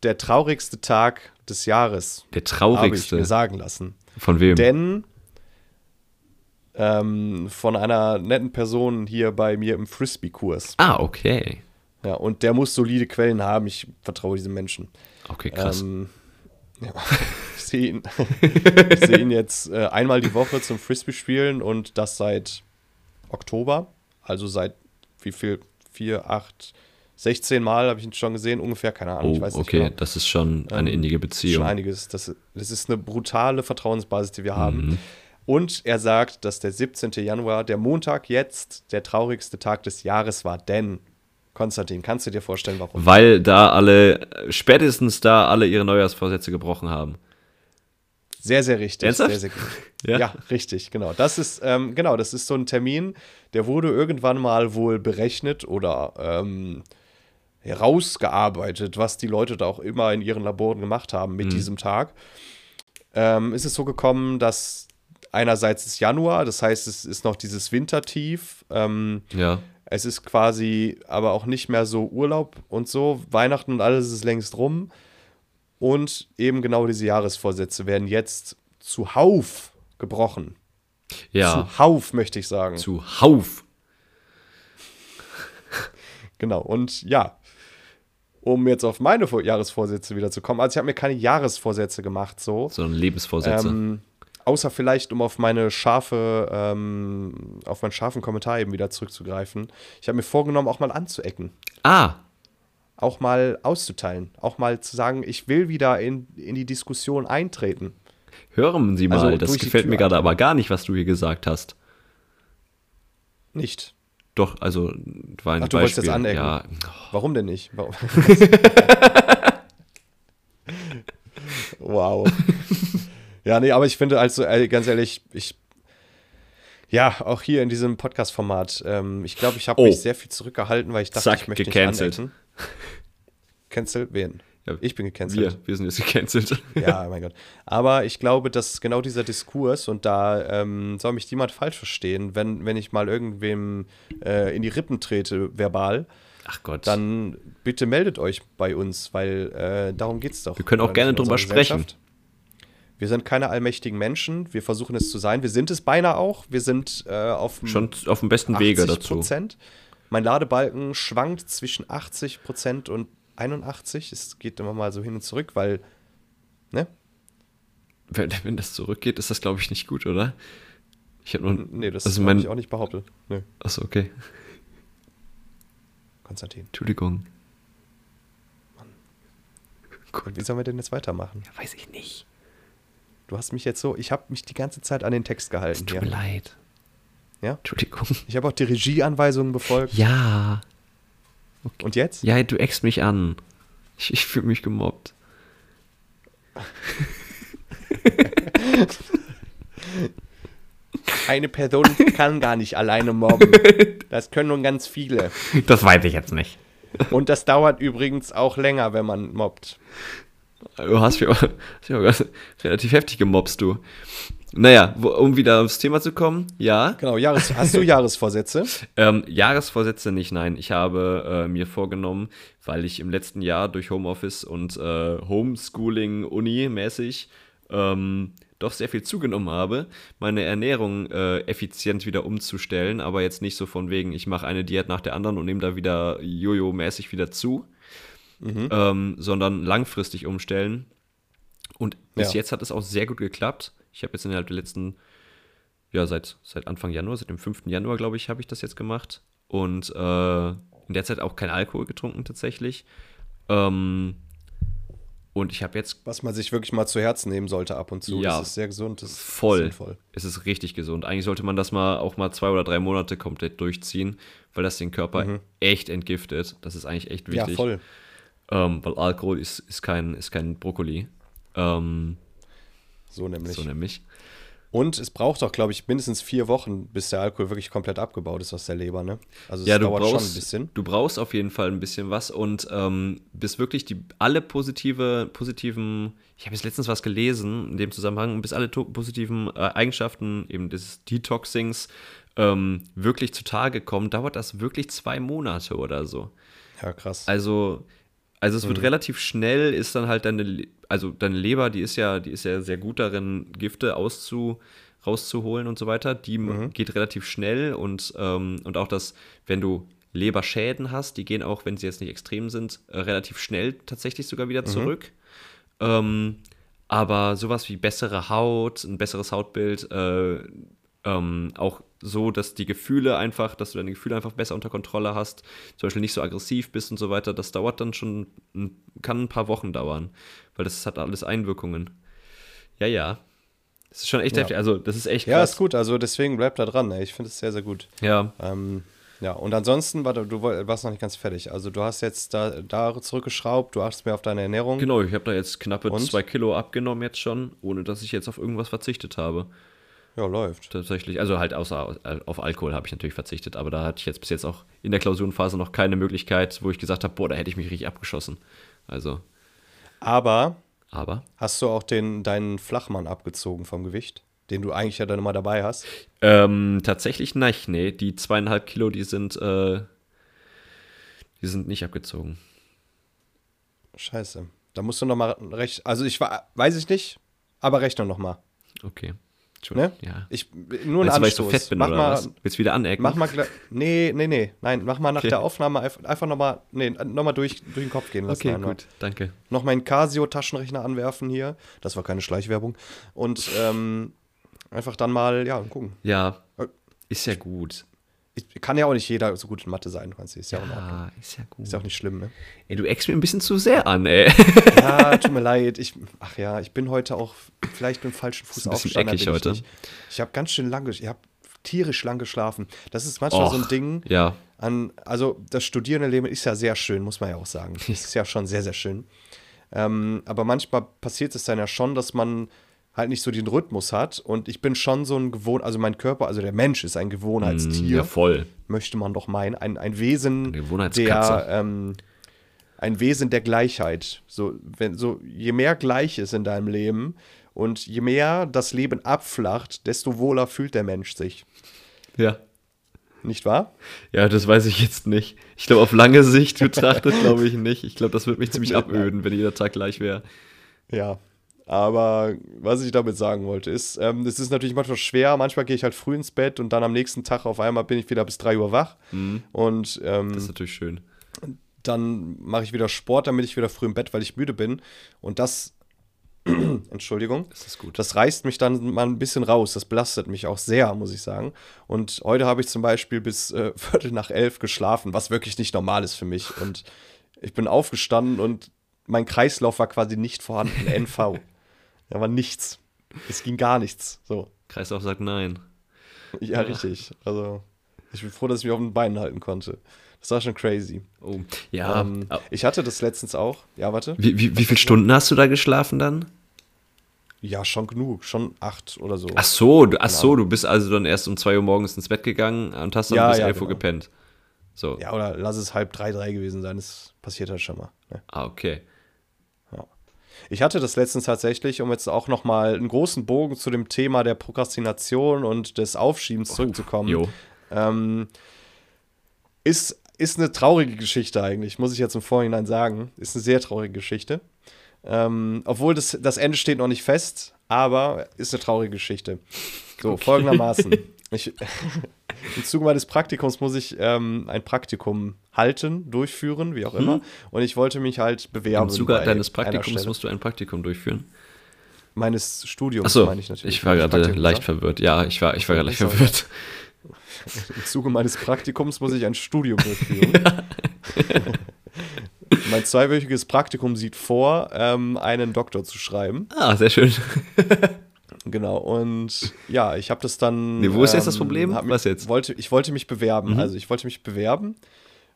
[SPEAKER 2] der traurigste Tag des Jahres,
[SPEAKER 1] Der
[SPEAKER 2] habe ich
[SPEAKER 1] traurigste.
[SPEAKER 2] mir sagen lassen.
[SPEAKER 1] Von wem?
[SPEAKER 2] Denn ähm, von einer netten Person hier bei mir im Frisbee-Kurs.
[SPEAKER 1] ah, okay.
[SPEAKER 2] Ja, und der muss solide Quellen haben. Ich vertraue diesem Menschen.
[SPEAKER 1] Okay, krass.
[SPEAKER 2] Ähm, ja. Ich sehe ihn, ich sehe ihn jetzt äh, einmal die Woche zum Frisbee spielen und das seit Oktober. Also seit wie viel? Vier, acht, 16 Mal habe ich ihn schon gesehen, ungefähr, keine Ahnung.
[SPEAKER 1] oh,
[SPEAKER 2] ich weiß nicht
[SPEAKER 1] okay.
[SPEAKER 2] genau.
[SPEAKER 1] Das ist um- schon eine
[SPEAKER 2] Ähm,
[SPEAKER 1] innige Beziehung.
[SPEAKER 2] Schon einiges. Das, das ist eine brutale Vertrauensbasis, die wir
[SPEAKER 1] Mhm.
[SPEAKER 2] haben. Und er sagt, dass der 17. Januar, der Montag jetzt, der traurigste Tag des Jahres war. Denn, Konstantin, kannst du dir vorstellen, warum?
[SPEAKER 1] Weil da alle, spätestens da alle ihre Neujahrsvorsätze gebrochen haben.
[SPEAKER 2] Sehr, sehr richtig.
[SPEAKER 1] Ernsthaft?
[SPEAKER 2] Sehr, sehr gut.
[SPEAKER 1] Ja.
[SPEAKER 2] Ja. richtig, genau. Das ist, ähm, genau, das ist so ein Termin, der wurde irgendwann mal wohl berechnet oder ähm, herausgearbeitet, was die Leute da auch immer in ihren Laboren gemacht haben mit diesem Tag. Ähm, ist es so gekommen, dass einerseits ist Januar, das heißt, es ist noch dieses Wintertief. Ähm,
[SPEAKER 1] Ja.
[SPEAKER 2] es ist quasi aber auch nicht mehr so Urlaub und so. Weihnachten und alles ist längst rum. Und eben genau diese Jahresvorsätze werden jetzt zuhauf gebrochen.
[SPEAKER 1] Ja.
[SPEAKER 2] Zuhauf, möchte ich sagen.
[SPEAKER 1] Zu Hauf.
[SPEAKER 2] Genau. Und ja, um jetzt auf meine Vor Jahresvorsätze wieder zu kommen. Also ich habe mir keine Jahresvorsätze gemacht so.
[SPEAKER 1] So ein Lebensvorsätze.
[SPEAKER 2] Ähm, außer vielleicht, um auf meine scharfe, ähm, auf meinen scharfen Kommentar eben wieder zurückzugreifen. Ich habe mir vorgenommen, auch mal anzuecken.
[SPEAKER 1] ah,
[SPEAKER 2] auch mal auszuteilen, auch mal zu sagen, ich will wieder in, in die Diskussion eintreten.
[SPEAKER 1] hören Sie mal,
[SPEAKER 2] Also
[SPEAKER 1] das
[SPEAKER 2] durch die
[SPEAKER 1] gefällt
[SPEAKER 2] Tür
[SPEAKER 1] mir gerade
[SPEAKER 2] atmen.
[SPEAKER 1] aber gar nicht, was du hier gesagt hast.
[SPEAKER 2] Nicht.
[SPEAKER 1] Doch, also war ein
[SPEAKER 2] Ach, du wolltest
[SPEAKER 1] Beispiel.
[SPEAKER 2] jetzt anecken.
[SPEAKER 1] ja,
[SPEAKER 2] Warum denn nicht? Warum? wow. Ja, nee, aber ich finde, also äh, ganz ehrlich, ich. Ja, auch hier in diesem Podcast-Format. Ähm, ich glaube, ich habe
[SPEAKER 1] Oh.
[SPEAKER 2] mich sehr viel zurückgehalten, weil ich dachte,
[SPEAKER 1] Zack,
[SPEAKER 2] ich möchte
[SPEAKER 1] gecancelt.
[SPEAKER 2] nicht anecken. Cancel wen?
[SPEAKER 1] Ja,
[SPEAKER 2] ich bin gecancelt.
[SPEAKER 1] wir, wir sind jetzt gecancelt.
[SPEAKER 2] Ja, mein Gott. Aber ich glaube, dass genau dieser Diskurs, und da ähm, soll mich niemand falsch verstehen, wenn, wenn ich mal irgendwem äh, in die Rippen trete, verbal,
[SPEAKER 1] Ach Gott.
[SPEAKER 2] dann bitte meldet euch bei uns, weil äh, darum geht es doch.
[SPEAKER 1] Wir können auch
[SPEAKER 2] Oder
[SPEAKER 1] gerne
[SPEAKER 2] nicht in
[SPEAKER 1] drüber
[SPEAKER 2] unserer
[SPEAKER 1] sprechen.
[SPEAKER 2] Gesellschaft. Wir sind keine allmächtigen Menschen, wir versuchen es zu sein. Wir sind es beinahe auch. Wir sind äh, auf dem
[SPEAKER 1] schon auf dem besten Wege dazu.
[SPEAKER 2] Prozent. Mein Ladebalken schwankt zwischen 80 Prozent und 81. Es geht immer mal so hin und zurück, weil, ne?
[SPEAKER 1] Wenn, wenn das zurückgeht, ist das, glaube ich, nicht gut, oder? Ich habe nur.
[SPEAKER 2] Nee, das
[SPEAKER 1] also
[SPEAKER 2] habe
[SPEAKER 1] mein,
[SPEAKER 2] ich auch nicht behauptet. Nö,
[SPEAKER 1] Achso, okay.
[SPEAKER 2] Konstantin.
[SPEAKER 1] Entschuldigung.
[SPEAKER 2] Wie sollen wir denn jetzt weitermachen?
[SPEAKER 1] Ja, weiß ich nicht.
[SPEAKER 2] Du hast mich jetzt so, ich habe mich die ganze Zeit an den Text gehalten.
[SPEAKER 1] Tut mir
[SPEAKER 2] Hier.
[SPEAKER 1] leid.
[SPEAKER 2] Ja?
[SPEAKER 1] Entschuldigung.
[SPEAKER 2] Ich habe auch die Regieanweisungen befolgt.
[SPEAKER 1] Ja.
[SPEAKER 2] Und jetzt?
[SPEAKER 1] Ja, du eckst mich an. Ich, ich fühle mich gemobbt.
[SPEAKER 2] Eine Person kann gar nicht alleine mobben. Das können nun ganz viele.
[SPEAKER 1] Das weiß ich jetzt nicht.
[SPEAKER 2] Und das dauert übrigens auch länger, wenn man mobbt.
[SPEAKER 1] Du hast mich aber, hast mich aber relativ heftig gemobst, du. Naja, wo, um wieder aufs Thema zu kommen, ja.
[SPEAKER 2] Genau, Jahres hast du Jahresvorsätze?
[SPEAKER 1] Ähm, Jahresvorsätze nicht, nein. Ich habe äh, mir vorgenommen, weil ich im letzten Jahr durch Homeoffice und äh, Homeschooling Uni-mäßig ähm, doch sehr viel zugenommen habe, meine Ernährung äh, effizient wieder umzustellen, aber jetzt nicht so von wegen, ich mache eine Diät nach der anderen und nehme da wieder Jojo-mäßig wieder zu, ähm, sondern langfristig umstellen. Und bis
[SPEAKER 2] Ja.
[SPEAKER 1] jetzt hat es auch sehr gut geklappt. Ich habe jetzt innerhalb der letzten ja, seit, seit Anfang Januar, seit dem 5. Januar, glaube ich, habe ich das jetzt gemacht. Und äh, in der Zeit auch kein Alkohol getrunken tatsächlich. Ähm, und ich habe jetzt
[SPEAKER 2] Was man sich wirklich mal zu Herzen nehmen sollte ab und zu.
[SPEAKER 1] Ja.
[SPEAKER 2] Das ist sehr gesund. Das ist
[SPEAKER 1] voll,
[SPEAKER 2] Sinnvoll.
[SPEAKER 1] es ist richtig gesund. Eigentlich sollte man das mal auch mal zwei oder drei Monate komplett durchziehen, weil das den Körper echt entgiftet. Das ist eigentlich echt
[SPEAKER 2] Mhm. Ja,
[SPEAKER 1] wichtig.
[SPEAKER 2] voll.
[SPEAKER 1] Ähm, weil Alkohol ist, ist, kein, ist kein Brokkoli. Ähm,
[SPEAKER 2] So nämlich.
[SPEAKER 1] so nämlich.
[SPEAKER 2] Und es braucht auch, glaube ich, mindestens vier Wochen, bis der Alkohol wirklich komplett abgebaut ist aus der Leber, ne? Also es
[SPEAKER 1] ja, du
[SPEAKER 2] dauert
[SPEAKER 1] brauchst,
[SPEAKER 2] schon ein bisschen.
[SPEAKER 1] Du brauchst auf jeden Fall ein bisschen was und ähm, bis wirklich die alle positive, positiven, ich habe jetzt letztens was gelesen in dem Zusammenhang, bis alle to- positiven äh, Eigenschaften eben des Detoxings ähm, wirklich zutage kommen, dauert das wirklich zwei Monate oder so.
[SPEAKER 2] Ja, krass.
[SPEAKER 1] Also, also es wird relativ schnell, ist dann halt deine, Le- also deine Leber, die ist ja, die ist ja sehr gut darin, Gifte auszu, rauszuholen und so weiter. Die m- geht relativ schnell und, ähm, und auch das, wenn du Leberschäden hast, die gehen auch, wenn sie jetzt nicht extrem sind, äh, relativ schnell tatsächlich sogar wieder zurück. Ähm, aber sowas wie bessere Haut, ein besseres Hautbild, äh, ähm, auch so, dass die Gefühle einfach, dass du deine Gefühle einfach besser unter Kontrolle hast, zum Beispiel nicht so aggressiv bist und so weiter, das dauert dann schon, ein- kann ein paar Wochen dauern, weil das hat alles Einwirkungen. Ja, ja. Das ist schon echt
[SPEAKER 2] Ja.
[SPEAKER 1] heftig. Also, das ist echt
[SPEAKER 2] ja,
[SPEAKER 1] krass.
[SPEAKER 2] ist gut. Also deswegen bleibt da dran. Ey. Ich finde es sehr, sehr gut.
[SPEAKER 1] Ja,
[SPEAKER 2] Ähm, Ja, und ansonsten, warte, du woll- warst noch nicht ganz fertig. Also du hast jetzt da, da zurückgeschraubt, du achtest mehr auf deine Ernährung.
[SPEAKER 1] Genau, ich habe da jetzt knappe
[SPEAKER 2] Und?
[SPEAKER 1] zwei Kilo abgenommen jetzt schon, ohne dass ich jetzt auf irgendwas verzichtet habe.
[SPEAKER 2] Ja, läuft.
[SPEAKER 1] Tatsächlich, also halt außer äh, auf Alkohol habe ich natürlich verzichtet, aber da hatte ich jetzt bis jetzt auch in der Klausurenphase noch keine Möglichkeit, wo ich gesagt habe, boah, da hätte ich mich richtig abgeschossen. Also,
[SPEAKER 2] Aber
[SPEAKER 1] aber.
[SPEAKER 2] hast du auch den, deinen Flachmann abgezogen vom Gewicht, den du eigentlich ja dann immer dabei hast?
[SPEAKER 1] Ähm, tatsächlich nicht, nee. Die zweieinhalb Kilo, die sind, äh, die sind nicht abgezogen.
[SPEAKER 2] Scheiße. Da musst du noch mal recht. Also ich war, weiß ich nicht, aber rechne noch mal.
[SPEAKER 1] Okay.
[SPEAKER 2] Ne?
[SPEAKER 1] Entschuldigung. Ja.
[SPEAKER 2] Ich, nur ein
[SPEAKER 1] Meinst du, weil ich
[SPEAKER 2] Anstoß.
[SPEAKER 1] so fett bin
[SPEAKER 2] mach
[SPEAKER 1] oder
[SPEAKER 2] mal,
[SPEAKER 1] was? Willst du wieder anecken?
[SPEAKER 2] Mach mal, gla- nee, nee, nee, nein, mach mal nach
[SPEAKER 1] Okay.
[SPEAKER 2] der Aufnahme einfach, einfach nochmal, nee, nochmal durch, durch den Kopf gehen lassen.
[SPEAKER 1] Okay,
[SPEAKER 2] einmal.
[SPEAKER 1] gut. Danke.
[SPEAKER 2] Noch meinen Casio-Taschenrechner anwerfen hier, das war keine Schleichwerbung und ähm, einfach dann mal, ja, gucken.
[SPEAKER 1] Ja,
[SPEAKER 2] Äh,
[SPEAKER 1] ist ja gut.
[SPEAKER 2] Ich, kann ja auch nicht jeder so gut in Mathe sein, Franzi, ist ja, auch in Ordnung.
[SPEAKER 1] Ah, ist ja gut.
[SPEAKER 2] Ist ja auch nicht schlimm, ne?
[SPEAKER 1] Ey, du eckst mir ein bisschen zu sehr an, ey.
[SPEAKER 2] Ja, tut mir leid, ich, ach ja, ich bin heute auch vielleicht mit dem falschen Fuß
[SPEAKER 1] Ist ein bisschen
[SPEAKER 2] aufgestanden,
[SPEAKER 1] eckig
[SPEAKER 2] bin ich
[SPEAKER 1] heute.
[SPEAKER 2] nicht. Ich habe ganz schön lang, gesch- ich habe tierisch lang geschlafen. Das ist manchmal so ein
[SPEAKER 1] Och,
[SPEAKER 2] Ding,
[SPEAKER 1] Ja.
[SPEAKER 2] an, also das Studierendenleben ist ja sehr schön, muss man ja auch sagen. Es ist ja schon sehr, sehr schön. Ähm, aber manchmal passiert es dann ja schon, dass man halt nicht so den Rhythmus hat. Und ich bin schon so ein Gewohn, also mein Körper, also der Mensch ist ein Gewohnheitstier,
[SPEAKER 1] Mm, Ja, voll.
[SPEAKER 2] möchte man doch meinen. Ein, ein Wesen,
[SPEAKER 1] Eine Gewohnheitskatze.
[SPEAKER 2] der ähm, ein Wesen der Gleichheit. So, wenn, so, je mehr gleich ist in deinem Leben und je mehr das Leben abflacht, desto wohler fühlt der Mensch sich.
[SPEAKER 1] Ja.
[SPEAKER 2] Nicht wahr?
[SPEAKER 1] Ja, das weiß ich jetzt nicht. Ich glaube, auf lange Sicht betrachtet, glaube ich nicht. Ich glaube, das würde mich ziemlich aböden, wenn jeder Tag gleich wäre.
[SPEAKER 2] Ja, aber was ich damit sagen wollte, ist, ähm, es ist natürlich manchmal schwer. Manchmal gehe ich halt früh ins Bett und dann am nächsten Tag auf einmal bin ich wieder bis 3 Uhr wach. Und
[SPEAKER 1] Mhm. Das ist
[SPEAKER 2] ähm,
[SPEAKER 1] natürlich schön.
[SPEAKER 2] dann mache ich wieder Sport, dann bin ich wieder früh im Bett, weil ich müde bin. Und das, Entschuldigung,
[SPEAKER 1] Das ist gut.
[SPEAKER 2] das reißt mich dann mal ein bisschen raus. Das belastet mich auch sehr, muss ich sagen. Und heute habe ich zum Beispiel bis äh, Viertel nach elf geschlafen, was wirklich nicht normal ist für mich. Und ich bin aufgestanden und mein Kreislauf war quasi nicht vorhanden. NV. Da war nichts. Es ging gar nichts. So.
[SPEAKER 1] Kreislauf sagt nein.
[SPEAKER 2] Ja, richtig. Also, ich bin froh, dass ich mich auf den Beinen halten konnte. Das war schon crazy.
[SPEAKER 1] Oh. Ja.
[SPEAKER 2] Ähm,
[SPEAKER 1] ah,
[SPEAKER 2] Ich hatte das letztens auch. Ja, warte.
[SPEAKER 1] Wie, wie, wie viele Stunden hast du da geschlafen dann?
[SPEAKER 2] Ja, schon genug. Schon acht oder so.
[SPEAKER 1] Ach so, du, ach so, du bist also dann erst um 2 Uhr morgens ins Bett gegangen und hast dann
[SPEAKER 2] genau. Ja,
[SPEAKER 1] bis
[SPEAKER 2] ja,
[SPEAKER 1] 11 Uhr
[SPEAKER 2] genau.
[SPEAKER 1] gepennt. So.
[SPEAKER 2] Ja, oder lass es halb drei, drei gewesen sein. Das passiert halt schon mal. Ne?
[SPEAKER 1] Ah, okay.
[SPEAKER 2] Ich hatte das letztens tatsächlich, um jetzt auch noch mal einen großen Bogen zu dem Thema der Prokrastination und des Aufschiebens zurückzukommen.
[SPEAKER 1] Oh, Jo.
[SPEAKER 2] Ähm, ist, ist eine traurige Geschichte eigentlich, muss ich jetzt im Vorhinein sagen. Ist eine sehr traurige Geschichte. Ähm, obwohl das, das Ende steht noch nicht fest, aber ist eine traurige Geschichte. So, folgendermaßen. Ich, Im Zuge meines Praktikums muss ich ähm, ein Praktikum halten, durchführen, wie auch immer. Und ich wollte mich halt bewerben.
[SPEAKER 1] Mhm. Im Zuge
[SPEAKER 2] bei
[SPEAKER 1] deines
[SPEAKER 2] einer
[SPEAKER 1] Praktikums
[SPEAKER 2] Stelle.
[SPEAKER 1] musst du ein Praktikum durchführen.
[SPEAKER 2] Meines Studiums,
[SPEAKER 1] Achso,
[SPEAKER 2] meine ich
[SPEAKER 1] ich,
[SPEAKER 2] natürlich.
[SPEAKER 1] war
[SPEAKER 2] Nicht
[SPEAKER 1] gerade
[SPEAKER 2] Praktikum,
[SPEAKER 1] leicht
[SPEAKER 2] sondern
[SPEAKER 1] verwirrt. Ja, ich war, ich war gerade leicht
[SPEAKER 2] Sorry.
[SPEAKER 1] verwirrt.
[SPEAKER 2] Im Zuge meines Praktikums muss ich ein Studium durchführen. mein zweiwöchiges Praktikum sieht vor, ähm, einen Doktor zu schreiben.
[SPEAKER 1] Ah, sehr schön.
[SPEAKER 2] Genau, und ja, ich habe das dann. ähm,
[SPEAKER 1] Nee, wo ist jetzt das Problem?
[SPEAKER 2] hab mich-
[SPEAKER 1] Was jetzt? Mhm.
[SPEAKER 2] Wollte, ich wollte mich bewerben. Also, ich wollte mich bewerben.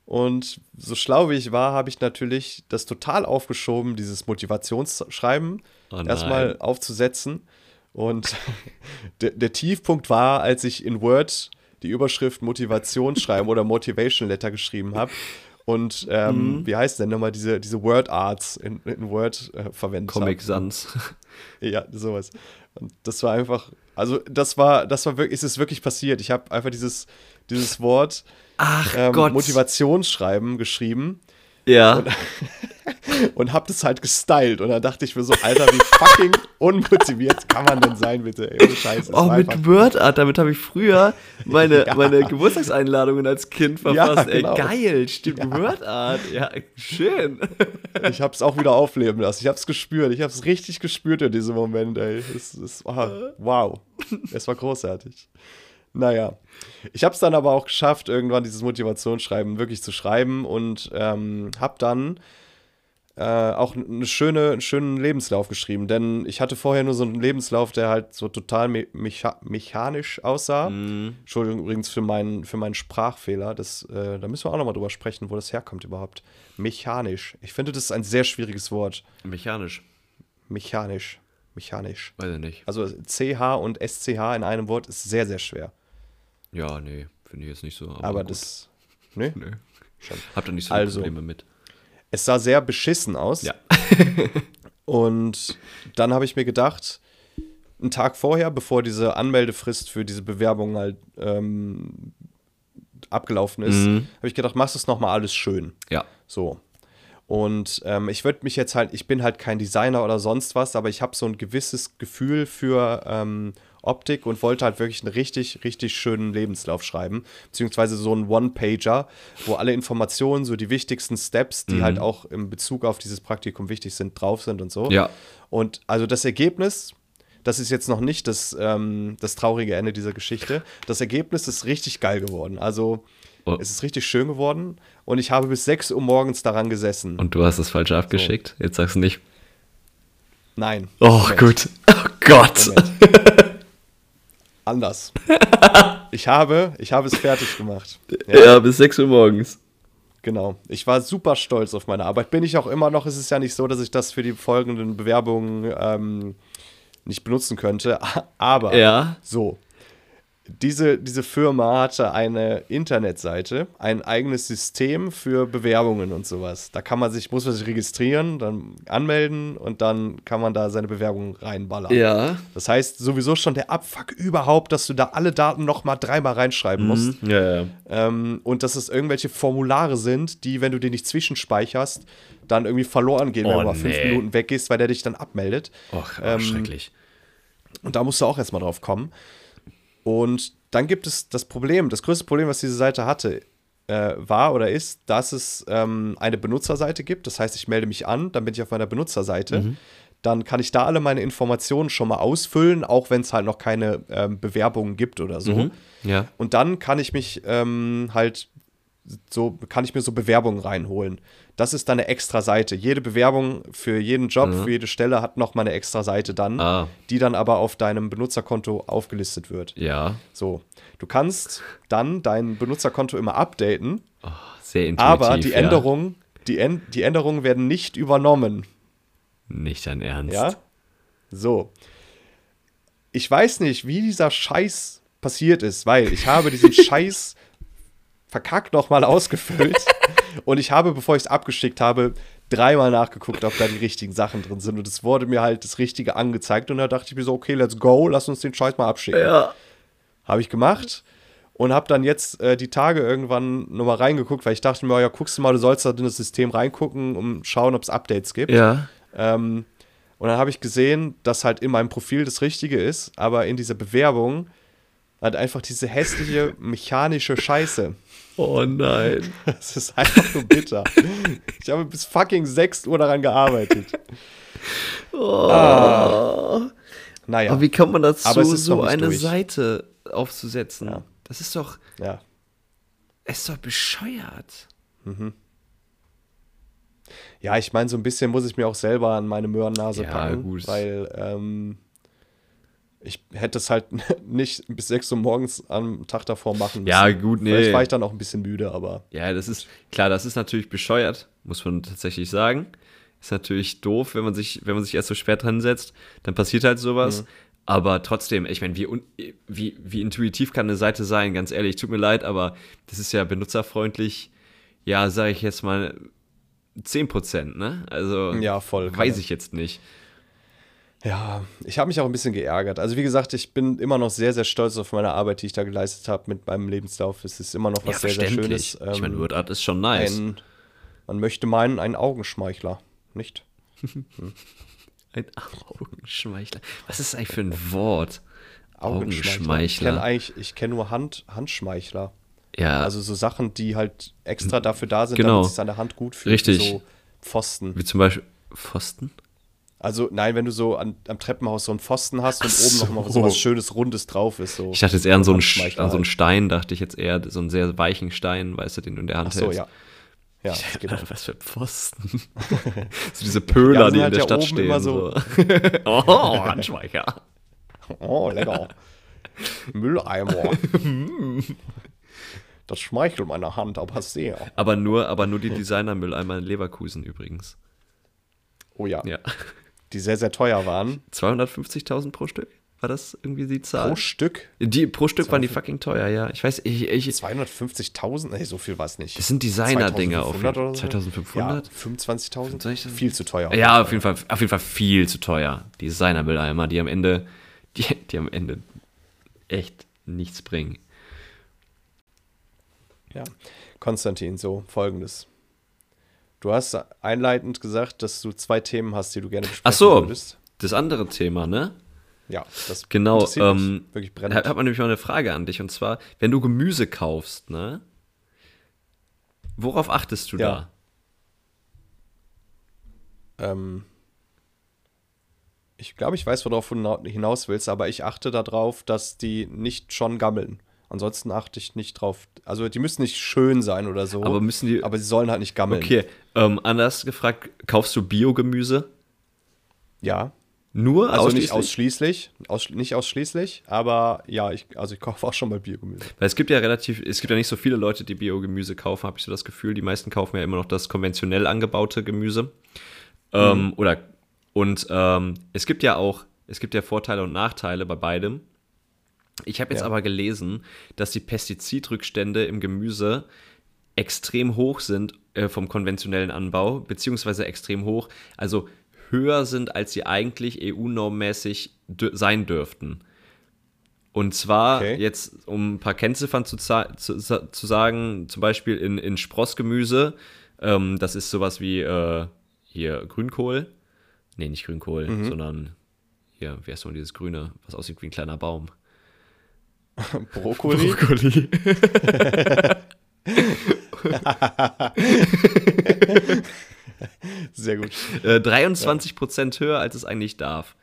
[SPEAKER 2] Und so schlau wie ich war, habe ich natürlich das total aufgeschoben, dieses Motivationsschreiben
[SPEAKER 1] Oh nein.
[SPEAKER 2] erstmal aufzusetzen. Und der, der Tiefpunkt war, als ich in Word die Überschrift Motivation schreiben oder Motivation Letter geschrieben habe. Und ähm,
[SPEAKER 1] Mhm.
[SPEAKER 2] wie heißt denn nochmal diese, diese Word Arts in, in Word äh, verwendet habe.
[SPEAKER 1] Comic Sans.
[SPEAKER 2] Ja, sowas. Und das war einfach, also das war, das war wirklich, es ist wirklich passiert. Ich habe einfach dieses, dieses Wort
[SPEAKER 1] Ach
[SPEAKER 2] ähm,
[SPEAKER 1] Gott.
[SPEAKER 2] Motivationsschreiben geschrieben
[SPEAKER 1] Ja.
[SPEAKER 2] und habe das halt gestylt. Und dann dachte ich mir so, Alter, wie fucking unmotiviert kann man denn sein, bitte? Ey, ohne Scheiß. es
[SPEAKER 1] Auch
[SPEAKER 2] war
[SPEAKER 1] Oh, mit
[SPEAKER 2] einfach-
[SPEAKER 1] WordArt, damit habe ich früher meine,
[SPEAKER 2] Ja.
[SPEAKER 1] meine Geburtstagseinladungen als Kind verfasst.
[SPEAKER 2] genau.
[SPEAKER 1] Ey, geil, stimmt, WordArt. Ja, schön.
[SPEAKER 2] ich habe es auch wieder aufleben lassen. Ich habe es gespürt. Ich habe es richtig gespürt in diesem Moment, ey. Es, es war, wow. Es war großartig. Naja, ich habe es dann aber auch geschafft, irgendwann dieses Motivationsschreiben wirklich zu schreiben und ähm, habe dann äh, auch eine schöne, einen schönen Lebenslauf geschrieben, denn ich hatte vorher nur so einen Lebenslauf, der halt so total me mecha mechanisch aussah.
[SPEAKER 1] Mhm.
[SPEAKER 2] Entschuldigung übrigens für meinen, für meinen Sprachfehler. Das, äh, da müssen wir auch nochmal drüber sprechen, wo das herkommt überhaupt. Mechanisch. Ich finde, das ist ein sehr schwieriges Wort.
[SPEAKER 1] Mechanisch.
[SPEAKER 2] Mechanisch. Mechanisch.
[SPEAKER 1] Weiß ich nicht.
[SPEAKER 2] Also CH und SCH in einem Wort ist sehr, sehr schwer.
[SPEAKER 1] Ja, nee, finde ich jetzt nicht so.
[SPEAKER 2] Aber
[SPEAKER 1] gut.
[SPEAKER 2] das. Nö.
[SPEAKER 1] Nö.
[SPEAKER 2] Schon.
[SPEAKER 1] Hab da nicht so
[SPEAKER 2] Also.
[SPEAKER 1] Probleme mit.
[SPEAKER 2] Es sah sehr beschissen aus.
[SPEAKER 1] Ja.
[SPEAKER 2] Und dann habe ich mir gedacht, einen Tag vorher, bevor diese Anmeldefrist für diese Bewerbung halt ähm, abgelaufen ist, habe ich gedacht, machst du es nochmal alles schön.
[SPEAKER 1] Ja.
[SPEAKER 2] So. Und ähm, ich würde mich jetzt halt, ich bin halt kein Designer oder sonst was, aber ich habe so ein gewisses Gefühl für ähm, Optik und wollte halt wirklich einen richtig, richtig schönen Lebenslauf schreiben. Beziehungsweise so einen One-Pager, wo alle Informationen, so die wichtigsten Steps,
[SPEAKER 1] Mhm.
[SPEAKER 2] die halt auch im Bezug auf dieses Praktikum wichtig sind, drauf sind und so.
[SPEAKER 1] Ja.
[SPEAKER 2] Und also das Ergebnis, das ist jetzt noch nicht das, ähm, das traurige Ende dieser Geschichte. Das Ergebnis ist richtig geil geworden. Also
[SPEAKER 1] Oh.
[SPEAKER 2] es ist richtig schön geworden und ich habe bis 6 Uhr morgens daran gesessen.
[SPEAKER 1] Und du hast das falsche abgeschickt? Jetzt sagst du nicht.
[SPEAKER 2] Nein.
[SPEAKER 1] Oh,
[SPEAKER 2] Moment,
[SPEAKER 1] gut. Oh Gott.
[SPEAKER 2] Anders. ich habe, ich habe es fertig gemacht.
[SPEAKER 1] Ja. bis 6 Uhr morgens.
[SPEAKER 2] Genau. Ich war super stolz auf meine Arbeit. Bin ich auch immer noch. Es ist ja nicht so, dass ich das für die folgenden Bewerbungen ähm, nicht benutzen könnte. Aber
[SPEAKER 1] Ja.
[SPEAKER 2] so. Diese, diese Firma hatte eine Internetseite, ein eigenes System für Bewerbungen und sowas. Da kann man sich, muss man sich registrieren, dann anmelden und dann kann man da seine Bewerbung reinballern.
[SPEAKER 1] Ja.
[SPEAKER 2] Das heißt, sowieso schon der Abfuck überhaupt, dass du da alle Daten nochmal dreimal reinschreiben
[SPEAKER 1] Mhm.
[SPEAKER 2] musst.
[SPEAKER 1] Ja, ja.
[SPEAKER 2] Ähm, und dass es irgendwelche Formulare sind, die, wenn du die nicht zwischenspeicherst, dann irgendwie verloren gehen, wenn
[SPEAKER 1] Oh,
[SPEAKER 2] du mal fünf
[SPEAKER 1] nee.
[SPEAKER 2] Minuten weggehst, weil der dich dann abmeldet.
[SPEAKER 1] Och, oh,
[SPEAKER 2] Ähm,
[SPEAKER 1] schrecklich.
[SPEAKER 2] Und da musst du auch erstmal drauf kommen. Und dann gibt es das Problem, das größte Problem, was diese Seite hatte, äh, war oder ist, dass es ähm, eine Benutzerseite gibt. Das heißt, ich melde mich an, dann bin ich auf meiner Benutzerseite. Dann kann ich da alle meine Informationen schon mal ausfüllen, auch wenn es halt noch keine ähm, Bewerbungen gibt oder so.
[SPEAKER 1] Mhm. Hm? Ja.
[SPEAKER 2] Und dann kann ich mich ähm, halt so, kann ich mir so Bewerbungen reinholen. Das ist dann eine extra Seite. Jede Bewerbung für jeden Job, für jede Stelle hat nochmal eine extra Seite dann,
[SPEAKER 1] Mhm. Ah.
[SPEAKER 2] die dann aber auf deinem Benutzerkonto aufgelistet wird.
[SPEAKER 1] Ja.
[SPEAKER 2] So, du kannst dann dein Benutzerkonto immer updaten,
[SPEAKER 1] Oh, Sehr intuitiv.
[SPEAKER 2] aber die
[SPEAKER 1] ja.
[SPEAKER 2] Änderungen, die, Än die Änderungen werden nicht übernommen.
[SPEAKER 1] Nicht dein Ernst.
[SPEAKER 2] Ja? So. Ich weiß nicht, wie dieser Scheiß passiert ist, weil ich habe diesen Scheiß verkackt nochmal ausgefüllt und ich habe, bevor ich es abgeschickt habe, dreimal nachgeguckt, ob da die richtigen Sachen drin sind und es wurde mir halt das Richtige angezeigt und da dachte ich mir so, okay, let's go, lass uns den Scheiß mal abschicken.
[SPEAKER 1] Ja.
[SPEAKER 2] Habe ich gemacht und habe dann jetzt äh, die Tage irgendwann nochmal reingeguckt, weil ich dachte mir, ja, guckst du mal, du sollst da in das System reingucken, um schauen, ob es Updates gibt.
[SPEAKER 1] Ja.
[SPEAKER 2] Ähm, und dann habe ich gesehen, dass halt in meinem Profil das Richtige ist, aber in dieser Bewerbung halt einfach diese hässliche mechanische Scheiße.
[SPEAKER 1] Oh nein.
[SPEAKER 2] Das ist einfach nur bitter. Ich habe bis fucking 6 Uhr daran gearbeitet.
[SPEAKER 1] Oh.
[SPEAKER 2] Ah. Naja.
[SPEAKER 1] Aber wie kommt man dazu,
[SPEAKER 2] Aber es ist
[SPEAKER 1] so
[SPEAKER 2] noch nicht
[SPEAKER 1] eine
[SPEAKER 2] durch.
[SPEAKER 1] Seite aufzusetzen?
[SPEAKER 2] Ja.
[SPEAKER 1] Das ist doch,
[SPEAKER 2] ja.
[SPEAKER 1] es ist doch bescheuert.
[SPEAKER 2] Ja, ich meine, so ein bisschen muss ich mir auch selber an meine Möhrennase
[SPEAKER 1] Ja,
[SPEAKER 2] packen,
[SPEAKER 1] gut.
[SPEAKER 2] weil ähm, ich hätte es halt nicht bis 6 Uhr morgens am Tag davor machen müssen.
[SPEAKER 1] Ja, gut, nee.
[SPEAKER 2] Vielleicht war ich dann auch ein bisschen müde, aber
[SPEAKER 1] Ja, das ist, klar, das ist natürlich bescheuert, muss man tatsächlich sagen. Ist natürlich doof, wenn man sich, wenn man sich erst so spät dran setzt, dann passiert halt sowas.
[SPEAKER 2] Mhm.
[SPEAKER 1] Aber trotzdem, ich meine, wie, un- wie, wie intuitiv kann eine Seite sein, ganz ehrlich, tut mir leid, aber das ist ja benutzerfreundlich, ja, sage ich jetzt mal 10%, ne? Also
[SPEAKER 2] Ja, voll, genau. kann
[SPEAKER 1] weiß
[SPEAKER 2] man.
[SPEAKER 1] ich jetzt nicht.
[SPEAKER 2] Ja, ich habe mich auch ein bisschen geärgert. Also wie gesagt, ich bin immer noch sehr, sehr stolz auf meine Arbeit, die ich da geleistet habe mit meinem Lebenslauf. Es ist immer noch was sehr, sehr Schönes.
[SPEAKER 1] ich meine,
[SPEAKER 2] Ähm,
[SPEAKER 1] WordArt ist schon nice.
[SPEAKER 2] ein, man möchte meinen, ein Augenschmeichler, nicht?
[SPEAKER 1] Ein Augenschmeichler. Was ist das eigentlich für ein Wort?
[SPEAKER 2] Ich kenne eigentlich, ich kenne nur Hand, Handschmeichler.
[SPEAKER 1] Ja,
[SPEAKER 2] Also so Sachen, die halt extra dafür da sind,
[SPEAKER 1] Genau.
[SPEAKER 2] damit es sich an der Hand gut fühlt.
[SPEAKER 1] Richtig.
[SPEAKER 2] So Pfosten.
[SPEAKER 1] wie zum Beispiel Pfosten?
[SPEAKER 2] Also nein, wenn du so an, am Treppenhaus so einen Pfosten hast und
[SPEAKER 1] Ach
[SPEAKER 2] oben noch mal so
[SPEAKER 1] so.
[SPEAKER 2] was Schönes Rundes drauf ist. So.
[SPEAKER 1] Ich dachte jetzt eher an so einen, Sch-
[SPEAKER 2] Handschmeichler
[SPEAKER 1] an so einen
[SPEAKER 2] halt.
[SPEAKER 1] Stein, dachte ich jetzt eher so einen sehr weichen Stein, weißt du, den du in der Hand
[SPEAKER 2] Ach halt. so,
[SPEAKER 1] hältst.
[SPEAKER 2] ja. Ja, genau. das geht
[SPEAKER 1] was für Pfosten. so diese Pöler, die,
[SPEAKER 2] Die
[SPEAKER 1] in
[SPEAKER 2] haben
[SPEAKER 1] der
[SPEAKER 2] sie halt ja
[SPEAKER 1] Stadt
[SPEAKER 2] oben
[SPEAKER 1] stehen.
[SPEAKER 2] immer
[SPEAKER 1] So.
[SPEAKER 2] so-
[SPEAKER 1] oh, Handschweicher.
[SPEAKER 2] Oh, lecker. Mülleimer. das schmeichelt meiner Hand, aber sehr.
[SPEAKER 1] Aber nur, aber nur die Designer-Mülleimer in Leverkusen übrigens.
[SPEAKER 2] Oh ja,
[SPEAKER 1] Ja.
[SPEAKER 2] die sehr, sehr teuer waren.
[SPEAKER 1] 250.000 pro Stück? War das irgendwie die Zahl?
[SPEAKER 2] Pro Stück
[SPEAKER 1] die, pro Stück waren die fucking teuer, ja. Ich weiß, ich, ich,
[SPEAKER 2] 250.000? Nee, so viel war es nicht.
[SPEAKER 1] Das sind Designer-Dinger auf jeden
[SPEAKER 2] 2500 oder so.
[SPEAKER 1] 2500?
[SPEAKER 2] Ja, 25.000?
[SPEAKER 1] 25.000?
[SPEAKER 2] Viel zu teuer.
[SPEAKER 1] Ja, auf jeden Fall, auf jeden Fall viel zu teuer. Die Designer-Mülleimer, die am Ende, die, die am Ende echt nichts bringen.
[SPEAKER 2] Ja. Konstantin, so folgendes. Du hast einleitend gesagt, dass du zwei Themen hast, die du gerne besprechen
[SPEAKER 1] Ach so,
[SPEAKER 2] würdest.
[SPEAKER 1] das andere Thema, ne?
[SPEAKER 2] Ja, das
[SPEAKER 1] Genau.
[SPEAKER 2] interessiert mich
[SPEAKER 1] Ähm,
[SPEAKER 2] wirklich
[SPEAKER 1] da
[SPEAKER 2] brennend.
[SPEAKER 1] hat man nämlich mal eine Frage an dich und zwar, wenn du Gemüse kaufst, ne? Worauf achtest du
[SPEAKER 2] Ja.
[SPEAKER 1] da?
[SPEAKER 2] Ähm, ich glaube, ich weiß, worauf du na- hinaus willst, aber ich achte darauf, dass die nicht schon gammeln. Ansonsten achte ich nicht drauf. Also die müssen nicht schön sein oder so.
[SPEAKER 1] Aber müssen die-
[SPEAKER 2] Aber sie sollen halt nicht gammeln.
[SPEAKER 1] Okay, ähm, anders gefragt, kaufst du Biogemüse?
[SPEAKER 2] Ja.
[SPEAKER 1] Nur
[SPEAKER 2] Also nicht
[SPEAKER 1] ausschließlich?
[SPEAKER 2] ausschließlich, aus, nicht ausschließlich, aber ja, ich, also ich kaufe auch schon mal Biogemüse.
[SPEAKER 1] Weil es gibt ja relativ, es gibt ja nicht so viele Leute, die Biogemüse kaufen, habe ich so das Gefühl. Die meisten kaufen ja immer noch das konventionell angebaute Gemüse. Ähm, oder und ähm, es gibt ja auch, es gibt ja Vorteile und Nachteile bei beidem. Ich habe jetzt
[SPEAKER 2] Ja.
[SPEAKER 1] aber gelesen, dass die Pestizidrückstände im Gemüse extrem hoch sind äh, vom konventionellen Anbau, beziehungsweise extrem hoch, also höher sind, als sie eigentlich EU-normmäßig dü- sein dürften. Und zwar
[SPEAKER 2] Okay.
[SPEAKER 1] jetzt, um ein paar Kennziffern zu, za- zu, sa- zu sagen, zum Beispiel in, in Sprossgemüse, ähm, das ist sowas wie äh, hier Grünkohl. Nee, nicht Grünkohl,
[SPEAKER 2] Mhm.
[SPEAKER 1] sondern hier, wie heißt nochmal dieses Grüne, was aussieht wie ein kleiner Baum?
[SPEAKER 2] Brokkoli?
[SPEAKER 1] Brokkoli.
[SPEAKER 2] Sehr gut.
[SPEAKER 1] Äh, 23% höher, als es eigentlich darf.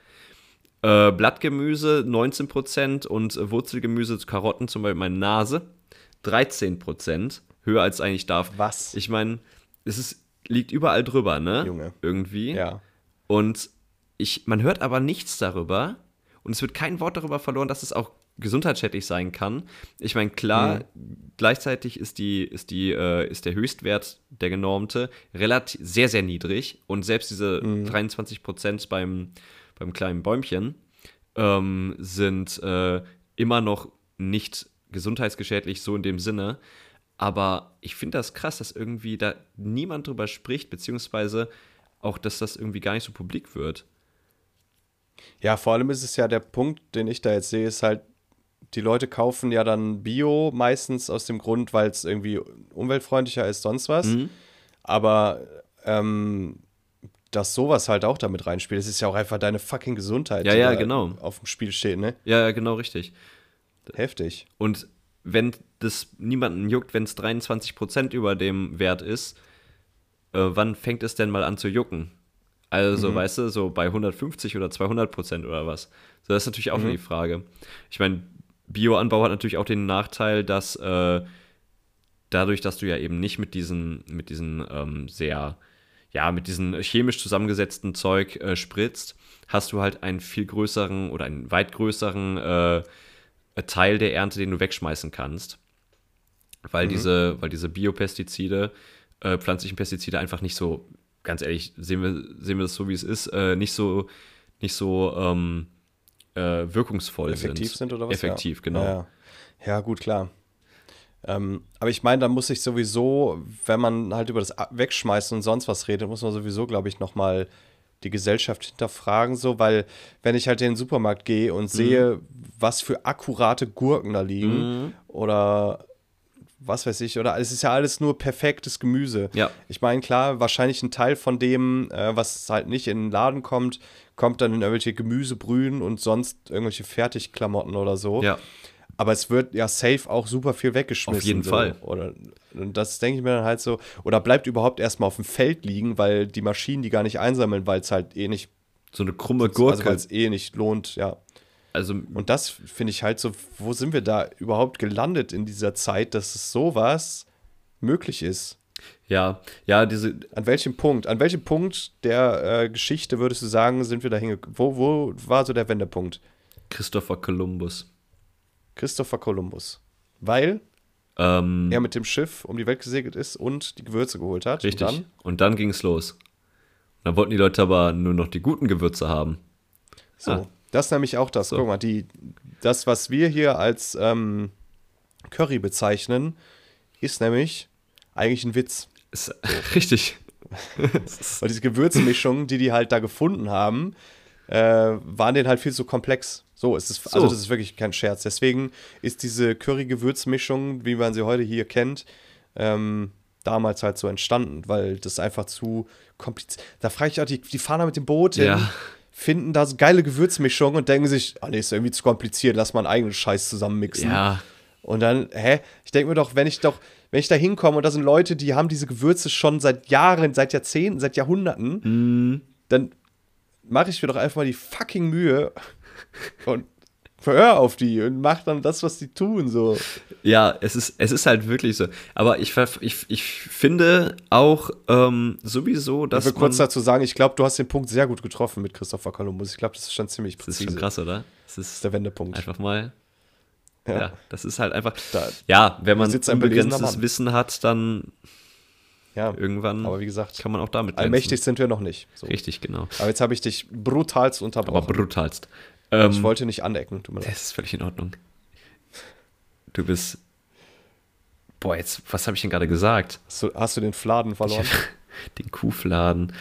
[SPEAKER 1] Äh, Blattgemüse 19% und äh, Wurzelgemüse, Karotten zum Beispiel meine Nase, 13% höher, als es eigentlich darf.
[SPEAKER 2] Was?
[SPEAKER 1] Ich meine, es ist, liegt überall drüber, ne?
[SPEAKER 2] Junge.
[SPEAKER 1] Irgendwie.
[SPEAKER 2] Ja.
[SPEAKER 1] Und ich, man hört aber nichts darüber und es wird kein Wort darüber verloren, dass es auch gesundheitsschädlich sein kann. Ich meine, klar, gleichzeitig ist, die, ist, die, äh, ist der Höchstwert der genormte relativ, sehr, sehr niedrig und selbst diese 23% beim, beim kleinen Bäumchen ähm, sind äh, immer noch nicht gesundheitsgeschädlich, so in dem Sinne. Aber ich finde das krass, dass irgendwie da niemand drüber spricht, beziehungsweise auch, dass das irgendwie gar nicht so publik wird.
[SPEAKER 2] Ja, vor allem ist es ja der Punkt, den ich da jetzt sehe, ist halt, die Leute kaufen ja dann Bio meistens aus dem Grund, weil es irgendwie umweltfreundlicher ist, sonst was.
[SPEAKER 1] Mhm.
[SPEAKER 2] Aber ähm, dass sowas halt auch damit reinspielt, es ist ja auch einfach deine fucking Gesundheit,
[SPEAKER 1] Ja,
[SPEAKER 2] die
[SPEAKER 1] ja,
[SPEAKER 2] da
[SPEAKER 1] genau.
[SPEAKER 2] auf dem Spiel steht, ne?
[SPEAKER 1] Ja, ja, genau richtig.
[SPEAKER 2] Heftig.
[SPEAKER 1] Und wenn das niemanden juckt, wenn es 23% über dem Wert ist, äh, wann fängt es denn mal an zu jucken? Also, weißt du, so bei 150 oder 200 Prozent oder was? So, das ist natürlich auch schon die Frage. Ich meine, Bioanbau hat natürlich auch den Nachteil, dass äh, dadurch, dass du ja eben nicht mit diesen, mit diesen ähm, sehr, ja, mit diesen chemisch zusammengesetzten Zeug äh, spritzt, hast du halt einen viel größeren oder einen weit größeren äh, Teil der Ernte, den du wegschmeißen kannst.
[SPEAKER 2] Mhm.
[SPEAKER 1] Weil diese, weil diese Biopestizide, äh, pflanzlichen Pestizide einfach nicht so, ganz ehrlich, sehen wir, sehen wir das so, wie es ist, äh, nicht so, nicht so ähm, äh, wirkungsvoll
[SPEAKER 2] Effektiv sind, oder was?
[SPEAKER 1] Effektiv,
[SPEAKER 2] ja.
[SPEAKER 1] genau.
[SPEAKER 2] Ja, ja. ja gut, klar. Ähm, aber ich meine, da muss ich sowieso, wenn man halt über das A- Wegschmeißen und sonst was redet, muss man sowieso, glaube ich, nochmal die Gesellschaft hinterfragen, so, weil wenn ich halt in den Supermarkt gehe
[SPEAKER 1] Mhm.
[SPEAKER 2] und sehe, was für akkurate Gurken da liegen
[SPEAKER 1] Mhm.
[SPEAKER 2] oder was weiß ich, oder es ist ja alles nur perfektes Gemüse.
[SPEAKER 1] Ja.
[SPEAKER 2] Ich meine, klar, wahrscheinlich ein Teil von dem, äh, was halt nicht in den Laden kommt, kommt dann in irgendwelche Gemüsebrühen und sonst irgendwelche Fertigklamotten oder so.
[SPEAKER 1] Ja.
[SPEAKER 2] Aber es wird ja safe auch super viel weggeschmissen.
[SPEAKER 1] Auf jeden
[SPEAKER 2] so.
[SPEAKER 1] Fall.
[SPEAKER 2] Oder, und das denke ich mir dann halt so. Oder bleibt überhaupt erstmal auf dem Feld liegen, weil die Maschinen die gar nicht einsammeln, weil es halt eh nicht,
[SPEAKER 1] So eine krumme
[SPEAKER 2] also
[SPEAKER 1] Gurke.
[SPEAKER 2] weil es eh nicht lohnt, ja.
[SPEAKER 1] also
[SPEAKER 2] Und das finde ich halt so, wo sind wir da überhaupt gelandet in dieser Zeit, dass es sowas möglich ist?
[SPEAKER 1] Ja, ja, diese,
[SPEAKER 2] An welchem Punkt, an welchem Punkt der äh, Geschichte würdest du sagen, sind wir da hingekommen? Wo, wo war so der Wendepunkt?
[SPEAKER 1] Christopher Columbus.
[SPEAKER 2] Christopher Columbus. Weil
[SPEAKER 1] Ähm,
[SPEAKER 2] er mit dem Schiff um die Welt gesegelt ist und die Gewürze geholt hat.
[SPEAKER 1] richtig.
[SPEAKER 2] Und dann,
[SPEAKER 1] Und dann ging's los. Dann wollten die Leute aber nur noch die guten Gewürze haben.
[SPEAKER 2] so.
[SPEAKER 1] Ah.
[SPEAKER 2] Das ist nämlich auch das. Guck mal, die, das, was wir hier als ähm, Curry bezeichnen, ist nämlich eigentlich ein Witz.
[SPEAKER 1] Ist, richtig. Es ist-
[SPEAKER 2] Weil diese Gewürzmischungen, die die halt da gefunden haben, äh, waren denen halt viel zu komplex. So, es ist, also
[SPEAKER 1] So.
[SPEAKER 2] das ist wirklich kein Scherz. Deswegen ist diese Curry-Gewürzmischung, wie man sie heute hier kennt, ähm, damals halt so entstanden, weil das einfach zu kompliziert. Da frage ich auch, die, die fahren da mit dem Boot hin,
[SPEAKER 1] Ja.
[SPEAKER 2] finden da so geile Gewürzmischungen und denken sich, ah nee, ist irgendwie zu kompliziert, lass mal einen eigenen Scheiß zusammenmixen.
[SPEAKER 1] ja,
[SPEAKER 2] Und dann, hä? Ich denke mir doch, wenn ich doch, wenn ich da hinkomme und da sind Leute, die haben diese Gewürze schon seit Jahren, seit Jahrzehnten, seit Jahrhunderten,
[SPEAKER 1] Mhm.
[SPEAKER 2] dann mache ich mir doch einfach mal die fucking Mühe und verhör auf die und mach dann das, was die tun, so.
[SPEAKER 1] ja es, ist, es ist halt wirklich so. Aber ich, ver- ich, ich finde auch ähm, sowieso,
[SPEAKER 2] Ich
[SPEAKER 1] dass.
[SPEAKER 2] will kurz
[SPEAKER 1] man,
[SPEAKER 2] dazu sagen, ich glaube, du hast den Punkt sehr gut getroffen mit Christopher Columbus. Ich glaube, das ist schon ziemlich
[SPEAKER 1] das
[SPEAKER 2] präzise.
[SPEAKER 1] ist schon krass, oder? Das
[SPEAKER 2] Das ist
[SPEAKER 1] ist
[SPEAKER 2] der Wendepunkt.
[SPEAKER 1] einfach mal. Ja.
[SPEAKER 2] Ja.
[SPEAKER 1] das ist halt einfach.
[SPEAKER 2] Da-
[SPEAKER 1] ja, wenn man
[SPEAKER 2] sitzt ein belesener
[SPEAKER 1] unbegrenztes
[SPEAKER 2] Mann.
[SPEAKER 1] Wissen hat, dann
[SPEAKER 2] ja.
[SPEAKER 1] irgendwann
[SPEAKER 2] Aber wie gesagt,
[SPEAKER 1] kann man auch damit glänzen.
[SPEAKER 2] allmächtig sind wir noch nicht. So.
[SPEAKER 1] Richtig, genau.
[SPEAKER 2] Aber jetzt habe ich dich brutalst
[SPEAKER 1] Aber
[SPEAKER 2] unterbrochen.
[SPEAKER 1] brutalst.
[SPEAKER 2] ich
[SPEAKER 1] Ähm,
[SPEAKER 2] wollte nicht anecken, tut mir leid.
[SPEAKER 1] das ist völlig in Ordnung. Du bist. Boah, jetzt, was habe ich denn gerade gesagt?
[SPEAKER 2] Hast du, hast du den Fladen verloren?
[SPEAKER 1] Den Kuhfladen.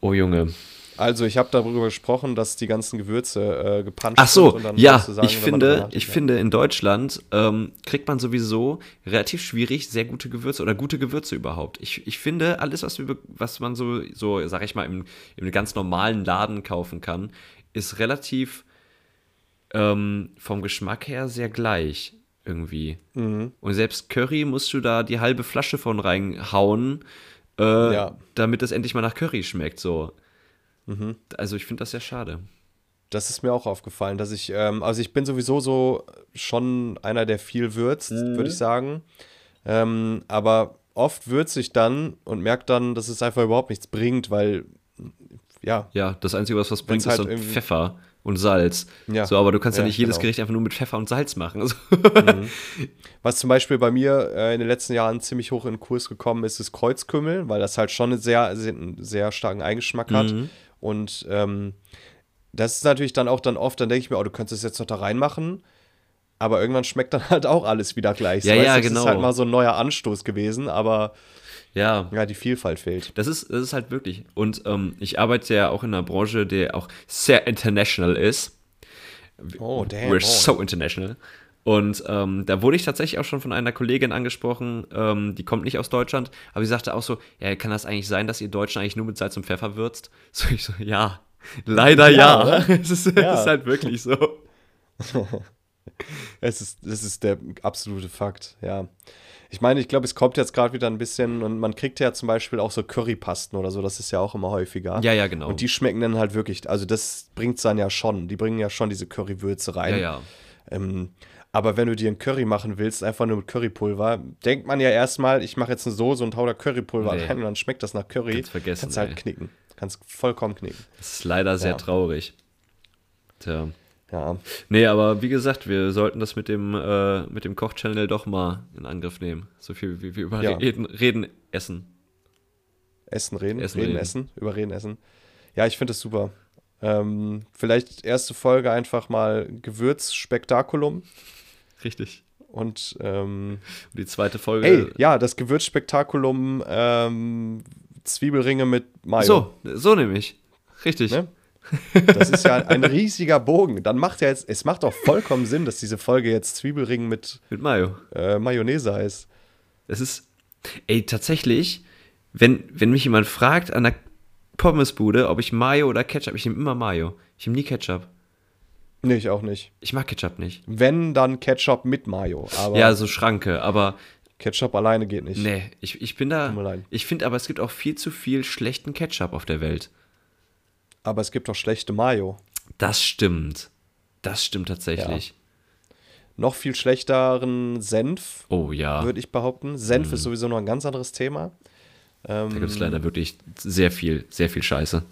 [SPEAKER 1] Oh Junge.
[SPEAKER 2] Also, ich habe darüber gesprochen, dass die ganzen Gewürze äh, gepanscht
[SPEAKER 1] Ach so,
[SPEAKER 2] sind. und dann
[SPEAKER 1] ja,
[SPEAKER 2] kannst du sagen,
[SPEAKER 1] ich
[SPEAKER 2] wenn man drüber
[SPEAKER 1] finde,
[SPEAKER 2] nachdenkt,
[SPEAKER 1] ich
[SPEAKER 2] ja.
[SPEAKER 1] finde, in Deutschland ähm, kriegt man sowieso relativ schwierig sehr gute Gewürze oder gute Gewürze überhaupt. Ich, ich finde, alles, was, wir, be- was man so, so, sag ich mal, im, im ganz normalen Laden kaufen kann, ist relativ ähm, vom Geschmack her sehr gleich irgendwie.
[SPEAKER 2] Mhm.
[SPEAKER 1] Und selbst Curry musst du da die halbe Flasche von reinhauen, äh,
[SPEAKER 2] Ja.
[SPEAKER 1] damit es endlich mal nach Curry schmeckt. So.
[SPEAKER 2] Mhm.
[SPEAKER 1] Also ich finde das sehr schade.
[SPEAKER 2] Das ist mir auch aufgefallen, dass ich, ähm, also ich bin sowieso so schon einer, der viel würzt,
[SPEAKER 1] Mhm.
[SPEAKER 2] würde ich sagen. Ähm, aber oft würze ich dann und merke dann, dass es einfach überhaupt nichts bringt, weil, ja,
[SPEAKER 1] Ja, das Einzige, was was bringt,
[SPEAKER 2] halt
[SPEAKER 1] ist dann
[SPEAKER 2] irgendwie-
[SPEAKER 1] Pfeffer und Salz.
[SPEAKER 2] Ja.
[SPEAKER 1] So, aber du kannst ja,
[SPEAKER 2] Ja,
[SPEAKER 1] nicht jedes
[SPEAKER 2] genau. Mhm.
[SPEAKER 1] Gericht einfach nur mit Pfeffer und Salz machen. So.
[SPEAKER 2] Was zum Beispiel bei mir äh, in den letzten Jahren ziemlich hoch in den Kurs gekommen ist, ist Kreuzkümmel, weil das halt schon einen sehr, sehr, einen sehr starken Eigenschmack hat.
[SPEAKER 1] Mhm.
[SPEAKER 2] Und ähm, das ist natürlich dann auch dann oft, dann denke ich mir, oh, du könntest das jetzt noch da reinmachen. Aber irgendwann schmeckt dann halt auch alles wieder gleich.
[SPEAKER 1] Ja,
[SPEAKER 2] weißt
[SPEAKER 1] ja,
[SPEAKER 2] du, das
[SPEAKER 1] genau.
[SPEAKER 2] ist halt mal so ein neuer Anstoß gewesen, aber
[SPEAKER 1] Ja.
[SPEAKER 2] ja, die Vielfalt fehlt.
[SPEAKER 1] Das ist, das ist halt wirklich. Und ähm, ich arbeite ja auch in einer Branche, die auch sehr international ist.
[SPEAKER 2] Oh, damn.
[SPEAKER 1] We're so international. Und ähm, da wurde ich tatsächlich auch schon von einer Kollegin angesprochen, ähm, die kommt nicht aus Deutschland, aber sie sagte auch so, ja, kann das eigentlich sein, dass ihr Deutschen eigentlich nur mit Salz und Pfeffer würzt? So ich so, ja, leider
[SPEAKER 2] Ja,
[SPEAKER 1] ja.
[SPEAKER 2] oder?
[SPEAKER 1] Es, ist,
[SPEAKER 2] Ja.
[SPEAKER 1] es ist halt wirklich so.
[SPEAKER 2] Es ist, das ist der absolute Fakt, ja. Ich meine, ich glaube, es kommt jetzt gerade wieder ein bisschen und man kriegt ja zum Beispiel auch so Currypasten oder so, das ist ja auch immer häufiger.
[SPEAKER 1] Ja, ja, genau.
[SPEAKER 2] Und die schmecken dann halt wirklich, also das bringt es dann ja schon, die bringen ja schon diese Currywürze rein.
[SPEAKER 1] Ja, ja.
[SPEAKER 2] Ähm, aber wenn du dir einen Curry machen willst, einfach nur mit Currypulver, denkt man ja erstmal, ich mache jetzt eine Soße und hau da Currypulver
[SPEAKER 1] Nee.
[SPEAKER 2] rein und dann schmeckt das nach Curry.
[SPEAKER 1] Kannst vergessen,
[SPEAKER 2] Kannst halt
[SPEAKER 1] ey.
[SPEAKER 2] knicken. Kannst vollkommen knicken.
[SPEAKER 1] Das ist leider sehr
[SPEAKER 2] Ja.
[SPEAKER 1] traurig. Tja.
[SPEAKER 2] Ja.
[SPEAKER 1] Nee, aber wie gesagt, wir sollten das mit dem, äh, mit dem Koch-Channel doch mal in Angriff nehmen. So viel wie wir über
[SPEAKER 2] Ja.
[SPEAKER 1] reden, reden, essen.
[SPEAKER 2] Essen reden,
[SPEAKER 1] Essen,
[SPEAKER 2] reden,
[SPEAKER 1] reden.
[SPEAKER 2] essen, über reden, essen. Ja, ich finde das super. Ähm, vielleicht erste Folge einfach mal Gewürzspektakulum
[SPEAKER 1] Richtig.
[SPEAKER 2] und ähm,
[SPEAKER 1] Und die zweite Folge.
[SPEAKER 2] ey, ja, das Gewürzspektakulum ähm, Zwiebelringe mit Mayo.
[SPEAKER 1] so, so nämlich. Richtig.
[SPEAKER 2] Ne? Das ist ja ein riesiger Bogen. Dann macht ja jetzt, es macht doch vollkommen Sinn, dass diese Folge jetzt Zwiebelring mit
[SPEAKER 1] Mit Mayo.
[SPEAKER 2] äh, Mayonnaise heißt.
[SPEAKER 1] Es ist. Ey, tatsächlich, wenn, wenn mich jemand fragt an der Pommesbude, ob ich Mayo oder Ketchup, ich nehme immer Mayo. Ich nehme nie Ketchup.
[SPEAKER 2] Nee, ich auch nicht.
[SPEAKER 1] Ich mag Ketchup nicht.
[SPEAKER 2] Wenn, dann Ketchup mit Mayo. Aber
[SPEAKER 1] Ja, so Schranke, aber
[SPEAKER 2] Ketchup alleine geht nicht.
[SPEAKER 1] Nee, ich, ich bin
[SPEAKER 2] mir
[SPEAKER 1] da.
[SPEAKER 2] leid.
[SPEAKER 1] Ich finde aber, es gibt auch viel zu viel schlechten Ketchup auf der Welt.
[SPEAKER 2] Aber es gibt doch schlechte Mayo.
[SPEAKER 1] Das stimmt. Das stimmt tatsächlich.
[SPEAKER 2] noch viel schlechteren Senf,
[SPEAKER 1] Oh ja,
[SPEAKER 2] würde ich behaupten. Senf ist sowieso noch ein ganz anderes Thema.
[SPEAKER 1] da gibt es leider wirklich sehr viel, sehr viel Scheiße.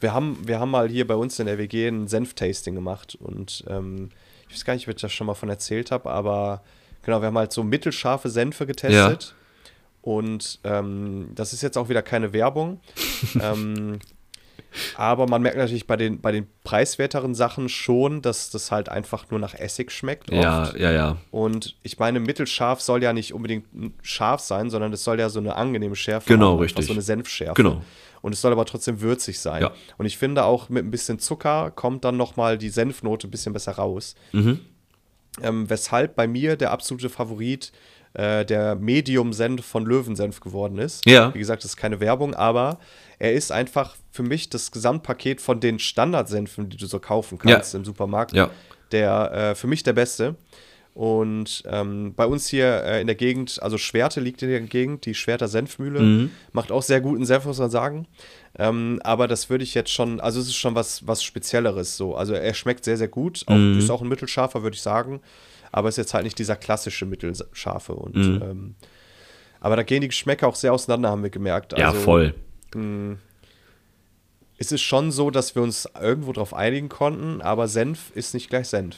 [SPEAKER 2] Wir haben, wir haben mal hier bei uns in der WG ein Senftasting gemacht und ähm, ich weiß gar nicht, ob ich das schon mal von erzählt habe, aber genau, wir haben halt so mittelscharfe Senfe getestet. Und ähm, das ist jetzt auch wieder keine Werbung. ähm, aber man merkt natürlich bei den, bei den preiswerteren Sachen schon, dass das halt einfach nur nach Essig schmeckt.
[SPEAKER 1] Ja, ja, ja.
[SPEAKER 2] Und ich meine, mittelscharf soll ja nicht unbedingt scharf sein, sondern es soll ja so eine angenehme Schärfe
[SPEAKER 1] Genau,
[SPEAKER 2] einfach
[SPEAKER 1] richtig.
[SPEAKER 2] So eine Senfschärfe.
[SPEAKER 1] Genau.
[SPEAKER 2] Und es soll aber trotzdem würzig sein.
[SPEAKER 1] Ja.
[SPEAKER 2] Und ich finde auch mit ein bisschen Zucker kommt dann nochmal die Senfnote ein bisschen besser raus.
[SPEAKER 1] Mhm.
[SPEAKER 2] Ähm, weshalb bei mir der absolute Favorit äh, der Medium-Senf von Löwensenf geworden ist.
[SPEAKER 1] Ja.
[SPEAKER 2] Wie gesagt, das ist keine Werbung, aber er ist einfach für mich das Gesamtpaket von den Standardsenfen, die du so kaufen
[SPEAKER 1] Ja.
[SPEAKER 2] kannst im Supermarkt
[SPEAKER 1] Ja.
[SPEAKER 2] der äh, für mich der beste. Und ähm, bei uns hier äh, in der Gegend, also Schwerte liegt in der Gegend, die Schwerter Senfmühle
[SPEAKER 1] Mhm.
[SPEAKER 2] macht auch sehr guten Senf, muss man sagen. Ähm, aber das würde ich jetzt schon, also es ist schon was, was Spezielleres so. Also er schmeckt sehr, sehr gut, auch,
[SPEAKER 1] Mhm.
[SPEAKER 2] ist auch ein mittelscharfer, würde ich sagen. Aber ist jetzt halt nicht dieser klassische mittelscharfe. Und,
[SPEAKER 1] Mhm.
[SPEAKER 2] ähm, aber da gehen die Geschmäcker auch sehr auseinander, haben wir gemerkt.
[SPEAKER 1] Ja,
[SPEAKER 2] also,
[SPEAKER 1] voll.
[SPEAKER 2] Es ist schon so, dass wir uns irgendwo drauf einigen konnten, aber Senf ist nicht gleich Senf.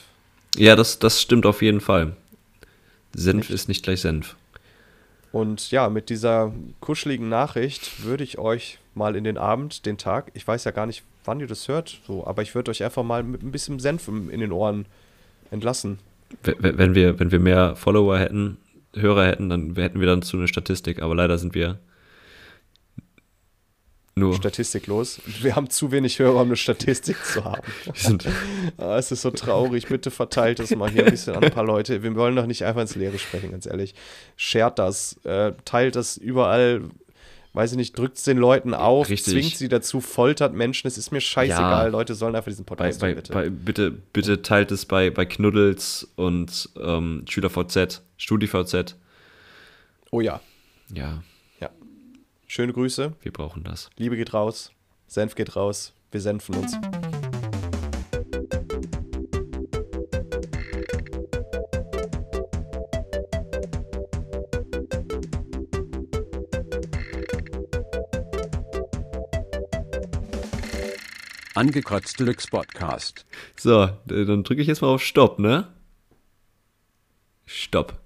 [SPEAKER 1] Ja, das, das stimmt auf jeden Fall. Senf ist nicht gleich Senf.
[SPEAKER 2] Und ja, mit dieser kuscheligen Nachricht würde ich euch mal in den Abend, den Tag, ich weiß ja gar nicht, wann ihr das hört, so, aber ich würde euch einfach mal mit ein bisschen Senf im- in den Ohren entlassen.
[SPEAKER 1] W- w- Wenn wir, wenn wir mehr Follower hätten, Hörer hätten, dann hätten wir dann zu eine Statistik, aber leider sind wir nur.
[SPEAKER 2] Statistiklos. Wir haben zu wenig Hörer, um eine Statistik zu haben.
[SPEAKER 1] Wir sind,
[SPEAKER 2] Ah, es ist so traurig. Bitte verteilt das mal hier ein bisschen an ein paar Leute. Wir wollen doch nicht einfach ins Leere sprechen, ganz ehrlich. Shared das, äh, teilt das überall. Weiß ich nicht, drückt es den Leuten auf,
[SPEAKER 1] Richtig.
[SPEAKER 2] zwingt sie dazu, foltert Menschen. Es ist mir scheißegal.
[SPEAKER 1] Ja.
[SPEAKER 2] Leute sollen einfach diesen
[SPEAKER 1] bei,
[SPEAKER 2] Podcast
[SPEAKER 1] bei,
[SPEAKER 2] hören,
[SPEAKER 1] bitte. Oh. Bei, bitte, bitte teilt es bei, bei Knuddels und ähm, SchülerVZ, StudiVZ.
[SPEAKER 2] Oh ja.
[SPEAKER 1] Ja,
[SPEAKER 2] Ja. Schöne Grüße.
[SPEAKER 1] wir brauchen das.
[SPEAKER 2] Liebe geht raus. Senf geht raus. Wir senfen uns.
[SPEAKER 3] Angekotzt Deluxe Podcast.
[SPEAKER 1] So, äh, dann drücke ich jetzt mal auf Stopp, ne? Stopp.